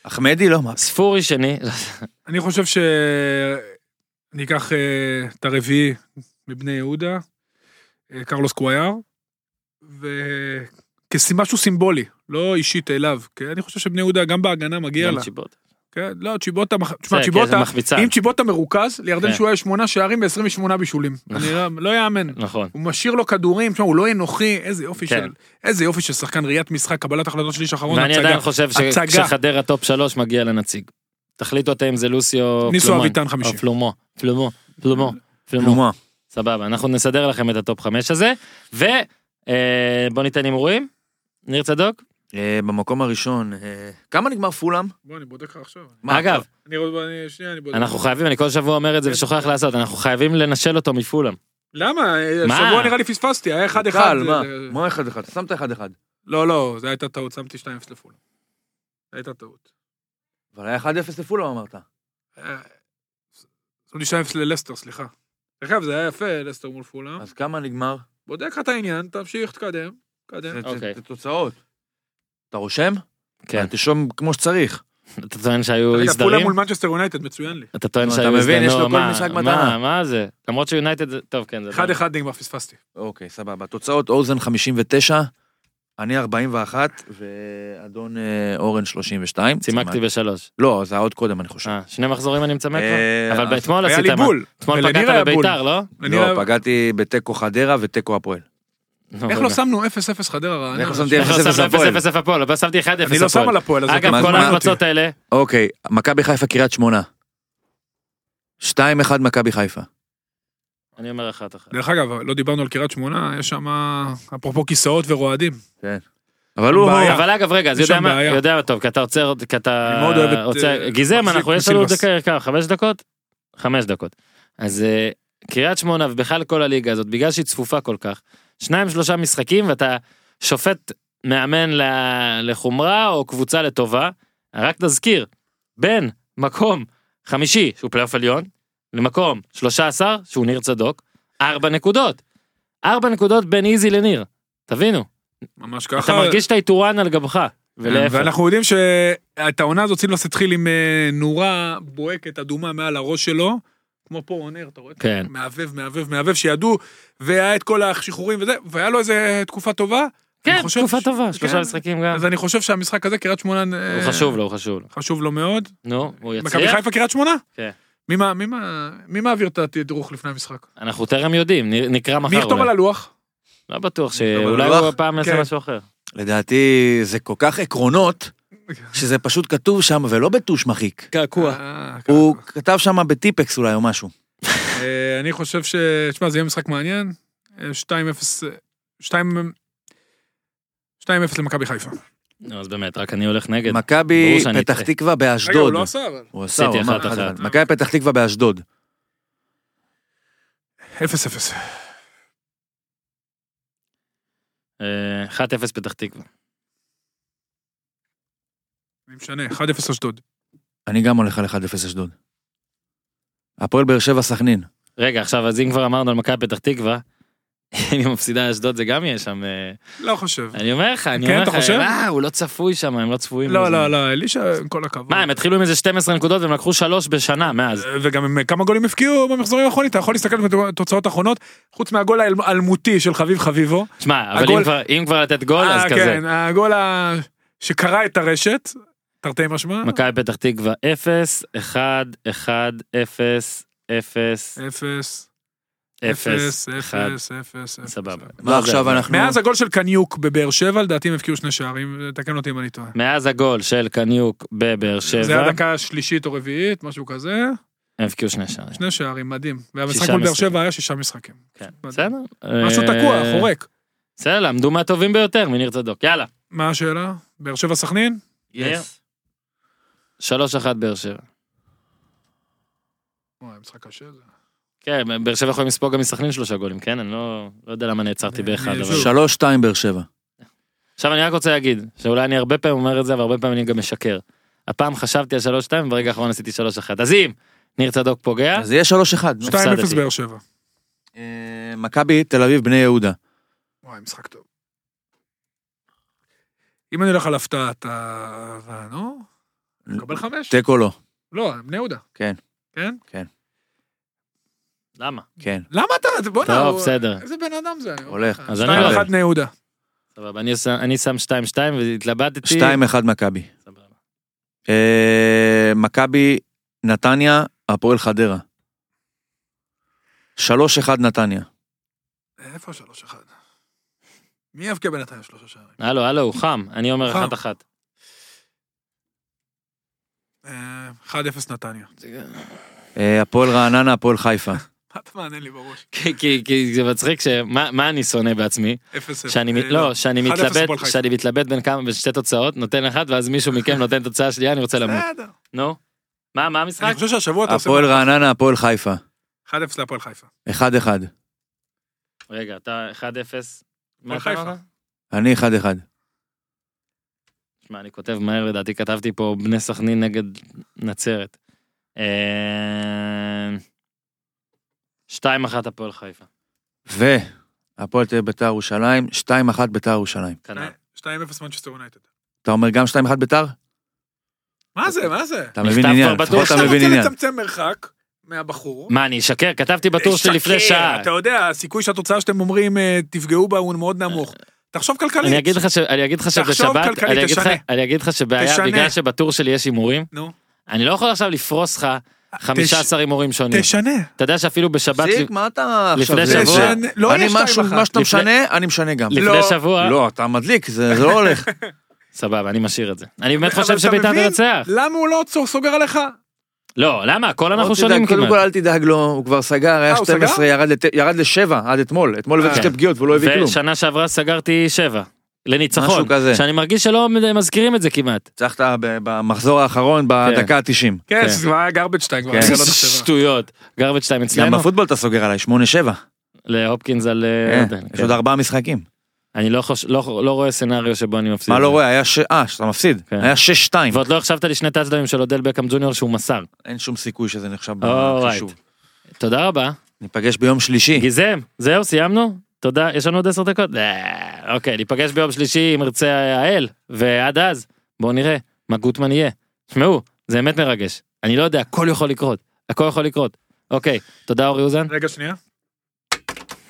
Speaker 3: אחמדי לא, מה?
Speaker 1: ספורי שני,
Speaker 2: אני חושב ש... אני אקח אה, את הרביעי מבני יהודה, אה, קרלוס קוויאר, וכמשהו סימבולי, לא אישית אליו. כי אני חושב שבני יהודה גם בהגנה מגיע
Speaker 1: גם
Speaker 2: לה.
Speaker 1: צ'יבוט.
Speaker 2: כן, לא, צ'יבוטה, מח-
Speaker 1: זה,
Speaker 2: תשמע,
Speaker 1: כי זה
Speaker 2: צ'יבוטה,
Speaker 1: מחמיצה.
Speaker 2: אם צ'יבוטה מרוכז, לירדן
Speaker 1: כן.
Speaker 2: שועה יש שמונה שערים ו-28 בישולים. אני לא- לא יאמן.
Speaker 1: נכון.
Speaker 2: הוא משאיר לו כדורים, תשמע, הוא לא אנוכי, איזה יופי
Speaker 1: כן.
Speaker 2: של... איזה יופי של שחקן ראיית משחק, קבלת החלטות שליש אחרון,
Speaker 1: ואני
Speaker 2: הצגה.
Speaker 1: עדיין חושב
Speaker 2: הצגה.
Speaker 1: שכשחדרה טופ שלוש מגיע לנציג. תחליטו אתם אם זה לוסי או
Speaker 2: ניסו
Speaker 1: פלומן.
Speaker 2: אביטן חמישי.
Speaker 1: או פלומו, פלומו, פלומו, פלומו.
Speaker 3: כלומר,
Speaker 1: סבבה, אנחנו נסדר לכם את הטופ חמש הזה, ובוא ניתן הימורים. ניר צדוק?
Speaker 3: אה, במקום הראשון, אה, כמה נגמר פולאם?
Speaker 2: בוא, אני בודק לך עכשיו.
Speaker 3: מה,
Speaker 1: אגב,
Speaker 2: אני עוד... אני- שנייה, אני בודק.
Speaker 1: אנחנו חייבים, אני כל שבוע אומר את זה ושוכח לעשות, אנחנו חייבים לנשל אותו מפולם.
Speaker 2: למה?
Speaker 1: מה?
Speaker 2: השבוע נראה לי פספסתי, היה אחד אחד.
Speaker 3: קל, מה? מה אחד אחד? שמת אחד אחד.
Speaker 2: לא, לא, זו הייתה טעות, שמתי 2-0 לפול. זו הייתה טעות.
Speaker 3: אבל היה 1-0 לפולאם אמרת.
Speaker 2: אה, שמתי 2-0 ללסטר, סליחה. דרך אגב, זה היה יפה, לסטר מול פולאם.
Speaker 3: אז כמה נגמר?
Speaker 2: בודק לך את העניין, תמשיך, תקדם. תקדם.
Speaker 3: זה- זה-
Speaker 1: אוקיי.
Speaker 3: זה תוצאות. אתה רושם?
Speaker 1: כן.
Speaker 3: תרשום כמו שצריך.
Speaker 1: אתה טוען שהיו
Speaker 2: רגע, פולאם
Speaker 1: אי-סדרים?
Speaker 2: מול מנצ'סטר יונייטד, מצוין לי.
Speaker 1: אתה טוען
Speaker 3: נו,
Speaker 1: שהיו
Speaker 3: אתה מבין,
Speaker 1: הזדמנו,
Speaker 3: יש לו כל
Speaker 1: מה-
Speaker 3: משחק
Speaker 1: מה-
Speaker 3: מטרה.
Speaker 1: מה זה? למרות שיונייטד זה... טוב, כן, זה...
Speaker 2: 1-1 נגמר, פספסתי.
Speaker 3: אוקיי, סבבה. תוצאות אוזן 59, אני 41, ואדון אה, אורן 32.
Speaker 1: צימקתי
Speaker 3: צימק.
Speaker 1: בשלוש.
Speaker 3: לא, זה היה עוד קודם, אני חושב.
Speaker 1: אה, שני מחזורים אני מצמק כבר?
Speaker 3: אה,
Speaker 1: אבל
Speaker 3: אז-
Speaker 1: אתמול
Speaker 2: היה
Speaker 1: עשית...
Speaker 2: לי
Speaker 1: מה? לא
Speaker 2: בול.
Speaker 1: אתמול
Speaker 2: ולניר
Speaker 1: פגעת
Speaker 2: היה בול.
Speaker 1: בביתר, לא?
Speaker 2: אני
Speaker 3: לא,
Speaker 2: היה-
Speaker 3: פגעתי בתיקו חדרה ותיקו הפועל.
Speaker 1: נו,
Speaker 2: איך
Speaker 1: רגע.
Speaker 2: לא שמנו 0-0 חדרה רעננה?
Speaker 3: איך לא שמתי
Speaker 1: איך לא
Speaker 3: 0-0
Speaker 1: שמנו
Speaker 3: הפועל?
Speaker 1: 0-0 הפועל? אבל שמתי 1-0 הפועל.
Speaker 2: אני לא שם על הפועל, אז
Speaker 1: אגב,
Speaker 3: מה-
Speaker 1: כל
Speaker 3: מה-
Speaker 1: ההחמצות האלה...
Speaker 3: אוקיי, מכבי חיפה קריית שמונה. 2-1 מכבי חיפה.
Speaker 1: אני אומר אחת אחת.
Speaker 2: דרך אגב, לא דיברנו על קריית שמונה, יש שם, אפרופו כיסאות ורועדים.
Speaker 3: אבל הוא...
Speaker 2: בעיה.
Speaker 1: אבל אגב, רגע, אז
Speaker 2: יש
Speaker 1: יודע
Speaker 2: שם
Speaker 1: מה,
Speaker 2: בעיה.
Speaker 1: יודע טוב, כי אתה עוצר, עוד- כי אתה
Speaker 2: אני מאוד אוהב את,
Speaker 1: רוצה...
Speaker 2: אה,
Speaker 1: גיזם,
Speaker 2: מחזיק
Speaker 1: אנחנו, יש לנו עוד
Speaker 2: בסילבס.
Speaker 1: דקה, כמה, חמש דקות? חמש דקות. אז אה, קריית שמונה ובכלל כל הליגה הזאת, בגלל שהיא צפופה כל כך, שניים שלושה משחקים ואתה שופט מאמן ל- לחומרה או קבוצה לטובה, רק נזכיר, בין מקום חמישי, שהוא פלייאוף עליון, למקום 13, שהוא ניר צדוק, ארבע נקודות. ארבע נקודות בין איזי לניר, תבינו.
Speaker 2: ממש ככה. אה,
Speaker 1: אתה מרגיש את האיתורן על גבך, ולהפך.
Speaker 2: נכון. ואנחנו יודעים שאת העונה הזאת סילבס התחיל עם אה, נורה בוהקת אדומה מעל הראש שלו, כמו פה עונר, אתה רואה?
Speaker 1: כן.
Speaker 2: מעבב, מעבב, מעבב, שידעו, והיה את כל השחרורים וזה, והיה לו איזה תקופה טובה.
Speaker 1: כן,
Speaker 2: אני חושב
Speaker 1: תקופה
Speaker 2: ש-
Speaker 1: טובה, שלושה
Speaker 2: כן.
Speaker 1: משחקים גם.
Speaker 2: אז אני חושב שהמשחק הזה, קריית שמונה... אה,
Speaker 1: הוא חשוב לו, הוא חשוב לו.
Speaker 2: חשוב לו מאוד.
Speaker 1: נו, הוא
Speaker 2: מכבי
Speaker 1: יצליח?
Speaker 2: חיפה, קריית שמונה?
Speaker 1: כן.
Speaker 2: מי מה- מי מה- מי מעביר את התדרוך לפני המשחק?
Speaker 1: אנחנו טרם יודעים, נ- נקרא
Speaker 2: מי
Speaker 1: מחר
Speaker 2: יכתוב על
Speaker 1: אולי.
Speaker 2: הלוח?
Speaker 1: לא בטוח ש-
Speaker 3: יכתוב על
Speaker 1: אולי
Speaker 3: הלוח?
Speaker 1: הוא הפעם יעשה
Speaker 2: כן.
Speaker 1: משהו אחר.
Speaker 3: לדעתי זה כל כך עקרונות, שזה פשוט כתוב שם ולא בטוש מחיק.
Speaker 1: קעקוע.
Speaker 2: אה, ככה.
Speaker 3: הוא כתב שם בטיפקס אולי או משהו.
Speaker 2: אה, אני חושב ש... תשמע, זה יהיה משחק מעניין. אה, 2-0... אה, 2 2-0 למכבי חיפה.
Speaker 1: אז באמת, רק אני הולך
Speaker 3: כן.
Speaker 1: נגד.
Speaker 3: מכבי
Speaker 1: ברור שאני
Speaker 3: פתח
Speaker 1: אטעה.
Speaker 3: תקווה
Speaker 2: רגע, הוא
Speaker 3: באשדוד.
Speaker 2: לא עשה אבל.
Speaker 3: הוא עשה, הוא
Speaker 1: עשיתי
Speaker 3: אמר
Speaker 1: אחת
Speaker 3: אחד
Speaker 1: אחת.
Speaker 3: אחד. מכבי פתח תקווה באשדוד.
Speaker 2: 0-0.
Speaker 1: אה, 1-0 פתח תקווה.
Speaker 2: אני משנה, 1-0 אשדוד.
Speaker 3: אני גם הולך על 1-0 אשדוד. הפועל באר שבע סכנין.
Speaker 1: רגע, עכשיו, אז אם כבר אמרנו על מכבי פתח תקווה, אם היא מפסידה אשדוד זה גם יהיה שם. אה,
Speaker 2: לא חושב.
Speaker 1: אני אומר לך, אני
Speaker 2: כן,
Speaker 1: אומר לך,
Speaker 2: אתה חושב?
Speaker 1: אה, הוא לא צפוי שם, הם לא צפויים.
Speaker 2: לא,
Speaker 1: בזמן.
Speaker 2: לא, לא, אלישע, עם כל הכבוד.
Speaker 1: מה, הם התחילו עם איזה 12 נקודות והם לקחו 3 בשנה מאז.
Speaker 2: אה, וגם הם, אה, כמה גולים הפקיעו במחזורים האחרונים, אתה יכול להסתכל בתוצאות האחרונות, חוץ מהגול האל- האלמותי של חביב חביבו.
Speaker 1: שמע, אבל
Speaker 2: הגול-
Speaker 1: אם כבר- אם כבר לתת גול, אז
Speaker 2: אה,
Speaker 1: כזה.
Speaker 2: כן, הגול ה- שקרע את הרשת, תרתי משמע.
Speaker 1: מכבי פתח תקווה 0, 1, 1, 0, 0,
Speaker 2: 0,
Speaker 1: 0,
Speaker 2: 0,
Speaker 1: 1.
Speaker 2: 0, 0, 0.
Speaker 1: סבבה.
Speaker 3: מה לא, עכשיו אנחנו...
Speaker 2: מאז הגול של קניוק בבאר שבע, לדעתי הם הבקיעו שני שערים, תקן אותי אם אני טועה.
Speaker 1: מאז הגול של קניוק בבאר
Speaker 2: זה
Speaker 1: שבע,
Speaker 2: היה דקה שלישית או רביעית, משהו כזה,
Speaker 1: הם הבקיעו שני שערים.
Speaker 2: שני שערים, מדהים. והמשחק
Speaker 1: שישה
Speaker 2: מול באר
Speaker 1: משחקים.
Speaker 2: שבע היה שישה משחקים.
Speaker 1: כן,
Speaker 2: מדהים.
Speaker 1: בסדר.
Speaker 2: משהו
Speaker 1: אה,
Speaker 2: תקוע, חורק.
Speaker 1: בסדר, למדו מהטובים ביותר, מניר צדוק. יאללה.
Speaker 2: מה השאלה? באר שבע סכנין?
Speaker 1: יאיר. 3-1 באר שבע.
Speaker 2: וואי, משחק קשה זה.
Speaker 1: כן, באר שבע יכולים לספוג גם מסכנין שלושה גולים, כן? אני לא לא יודע למה נעצרתי באחד,
Speaker 2: אני-
Speaker 1: אבל...
Speaker 2: אה, שוב.
Speaker 3: 3-2 באר שבע.
Speaker 1: עכשיו אני רק רוצה להגיד, שאולי אני הרבה פעמים אומר את זה, אבל הרבה פעמים אני גם משקר. הפעם חשבתי על 3-2, וברגע האחרון עשיתי 3-1. אז אם ניר צדוק פוגע,
Speaker 3: אז יהיה 3-1. נו.
Speaker 1: אה? שתיים.
Speaker 2: 2-0
Speaker 1: הפסדתי.
Speaker 2: באר שבע.
Speaker 3: אה, מכבי תל אביב בני יהודה.
Speaker 2: וואי, משחק טוב. אם אני הולך על הפתעה, אתה... נו? נקבל חמש?
Speaker 3: תיקו לא.
Speaker 2: לא, בני יהודה.
Speaker 3: כן.
Speaker 2: כן?
Speaker 1: למה?
Speaker 3: כן.
Speaker 2: למה אתה... בוא'נה,
Speaker 1: טוב,
Speaker 2: הוא-
Speaker 1: בסדר.
Speaker 2: איזה בן אדם זה. אני אומר
Speaker 3: הולך.
Speaker 2: לך.
Speaker 1: אז אני
Speaker 2: 2-1
Speaker 1: הולך.
Speaker 2: בני יהודה.
Speaker 1: סבבה, אני עושה- אני שם 2-2 והתלבטתי.
Speaker 3: 2-1 מכבי.
Speaker 1: סבבה.
Speaker 3: אה, מכבי נתניה, הפועל חדרה. 3-1 נתניה.
Speaker 2: איפה שלוש אחד? מי יבקיע בינתיים שלושה שערים?
Speaker 1: הלו, הלו, הוא חם, אני אומר
Speaker 2: חם.
Speaker 1: אחת אחת.
Speaker 2: אה, 1-0 נתניה.
Speaker 3: אה, הפועל רעננה, הפועל חיפה.
Speaker 2: מה אתה מענה לי בראש?
Speaker 1: כי- כי כי זה מצחיק שמה מה אני שונא בעצמי
Speaker 2: 0-0.
Speaker 1: שאני מ-
Speaker 2: אה,
Speaker 1: לא שאני
Speaker 2: 1-0
Speaker 1: מתלבט
Speaker 2: הפועל חיפה.
Speaker 1: שאני מתלבט בין כמה בין שתי תוצאות נותן אחת ואז מישהו מכם נותן תוצאה שנייה אני רוצה למות
Speaker 2: בסדר.
Speaker 1: נו. מה מה המשחק?
Speaker 2: אני חושב שהשבוע אתה עושה...
Speaker 3: הפועל רעננה, הפועל חיפה.
Speaker 2: 1-0 להפועל חיפה.
Speaker 3: 1-1.
Speaker 1: רגע אתה 1-0. מה
Speaker 2: הפועל
Speaker 1: אתה
Speaker 2: חיפה.
Speaker 1: אמרת?
Speaker 3: אני 1-1.
Speaker 1: שמע, אני כותב מהר, לדעתי כתבתי פה בני סכנין נגד נצרת. אה, 2-1 הפועל חיפה.
Speaker 3: והפועל תל אביב ביתר ירושלים, 2-1 ביתר ירושלים.
Speaker 1: כנ"ל.
Speaker 2: 2-0 מנצ'סטר יונייטד.
Speaker 3: אתה אומר גם 2-1 ביתר?
Speaker 2: מה זה?
Speaker 1: אוקיי.
Speaker 2: מה זה?
Speaker 3: אתה
Speaker 1: מכתב
Speaker 3: מבין
Speaker 1: כבר
Speaker 3: עניין,
Speaker 1: בטוח.
Speaker 3: לפחות
Speaker 2: אתה
Speaker 3: אתה
Speaker 1: עכשיו
Speaker 3: מבין
Speaker 2: רוצה
Speaker 3: עניין.
Speaker 2: לצמצם מרחק מהבחור.
Speaker 1: מה, אני אשקר? כתבתי בטור שלי לפני
Speaker 2: שקר,
Speaker 1: שעה.
Speaker 2: אתה יודע, הסיכוי שהתוצאה שאתם אומרים אה, תפגעו בה הוא מאוד נמוך. תחשוב כלכלית.
Speaker 1: אני אגיד לך ש- אני אגיד לך
Speaker 2: תחשוב
Speaker 1: שבשבת,
Speaker 2: כלכלית,
Speaker 1: אני אגיד לך-
Speaker 2: תשנה.
Speaker 1: אני אגיד לך שבעיה,
Speaker 2: תשנה.
Speaker 1: בגלל שבטור שלי יש הימורים,
Speaker 2: נו.
Speaker 1: אני לא יכול עכשיו לפרוס לך 15 הימורים שונים.
Speaker 2: תשנה.
Speaker 1: אתה יודע שאפילו בשבת,
Speaker 3: זיק, מה אתה עכשיו...
Speaker 1: לפני
Speaker 3: זה-
Speaker 1: שבוע-
Speaker 3: זה-
Speaker 2: תשנה. לא
Speaker 3: אני
Speaker 2: יהיה
Speaker 3: משהו,
Speaker 2: 2-1.
Speaker 3: מה שאתה
Speaker 1: לפני-
Speaker 3: משנה, אני משנה גם.
Speaker 1: לפני
Speaker 2: לא,
Speaker 1: שבוע,
Speaker 3: לא, אתה מדליק, זה זה לא הולך.
Speaker 1: סבבה, אני משאיר את זה. אני באמת
Speaker 2: אבל
Speaker 1: חושב
Speaker 2: אתה
Speaker 1: שביתר
Speaker 2: מבין?
Speaker 1: תנצח.
Speaker 2: למה הוא לא צור- סוגר עליך?
Speaker 1: לא, למה? הכל
Speaker 3: אל
Speaker 1: אנחנו
Speaker 3: תדאג,
Speaker 1: שונים
Speaker 3: קודם כל
Speaker 1: כמעט. אה,
Speaker 3: אל תדאג לו, הוא כבר סגר, היה
Speaker 2: הוא
Speaker 3: 12, ירד לת- ירד לשבע עד אתמול. אתמול הבאתי
Speaker 1: כן.
Speaker 2: אה.
Speaker 3: שתי פגיעות והוא לא הביא כלום.
Speaker 1: ושנה שעברה סגרתי שבע. לניצחון,
Speaker 3: משהו כזה.
Speaker 1: שאני מרגיש שלא מזכירים את זה כמעט.
Speaker 3: ניצחת ב- במחזור האחרון בדקה ה-90.
Speaker 2: כן,
Speaker 1: כן.
Speaker 2: זה כבר היה גרבג' טיים. כבר,
Speaker 3: כן.
Speaker 2: זה לא נחשבה.
Speaker 1: שטויות. גרבג' 2
Speaker 3: גם
Speaker 1: אצלנו,
Speaker 3: בפוטבול אתה סוגר עליי, 8-7.
Speaker 1: להופקינס על... אה,
Speaker 3: אה,
Speaker 1: אודן,
Speaker 3: יש
Speaker 1: כן.
Speaker 3: עוד ארבעה משחקים.
Speaker 1: אני לא חוש- לא לא רואה סצנריו שבו אני מפסיד.
Speaker 3: מה לא רואה? היה ש... אה, שאתה מפסיד.
Speaker 1: כן.
Speaker 3: היה 6-2.
Speaker 1: ועוד לא החשבת לי שני תאצדמים של אודל בקאם ג'וניור שהוא מסר.
Speaker 3: אין שום סיכוי שזה נחשב
Speaker 1: Alright.
Speaker 3: בחישוב.
Speaker 1: תודה רבה.
Speaker 3: ניפגש ביום שלישי.
Speaker 1: גיזם, זהו, סיימנו? תודה, יש לנו עוד עשר דקות? אה, אוקיי, ניפגש ביום שלישי אם ירצה האל, ועד אז, בואו נראה מה גוטמן יהיה. תשמעו, זה באמת מרגש. אני לא יודע, הכל יכול לקרות. הכל יכול לקרות. אוקיי, תודה אורי אוזן.
Speaker 2: רגע, שנייה.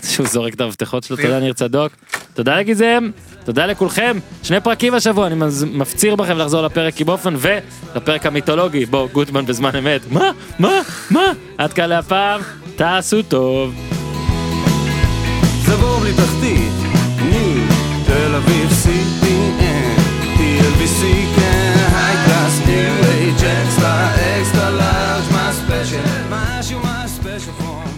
Speaker 1: שהוא זורק את המפתחות שלו, תודה ניר צדוק, תודה לגיזם, תודה לכולכם, שני פרקים השבוע, אני מז- מפציר בכם לחזור לפרק עם אופן ולפרק המיתולוגי, בוא, גוטמן בזמן אמת, מה, מה, מה, עד כאן להפעם, תעשו טוב.
Speaker 6: זבור בלי תחתית, ניו, תל אביב, CPN, TLBC, כן, היי קלאס, ניו אייג' אקסטרה, אקסטרה לארג', מה ספיישל, משהו מה ספיישל פור.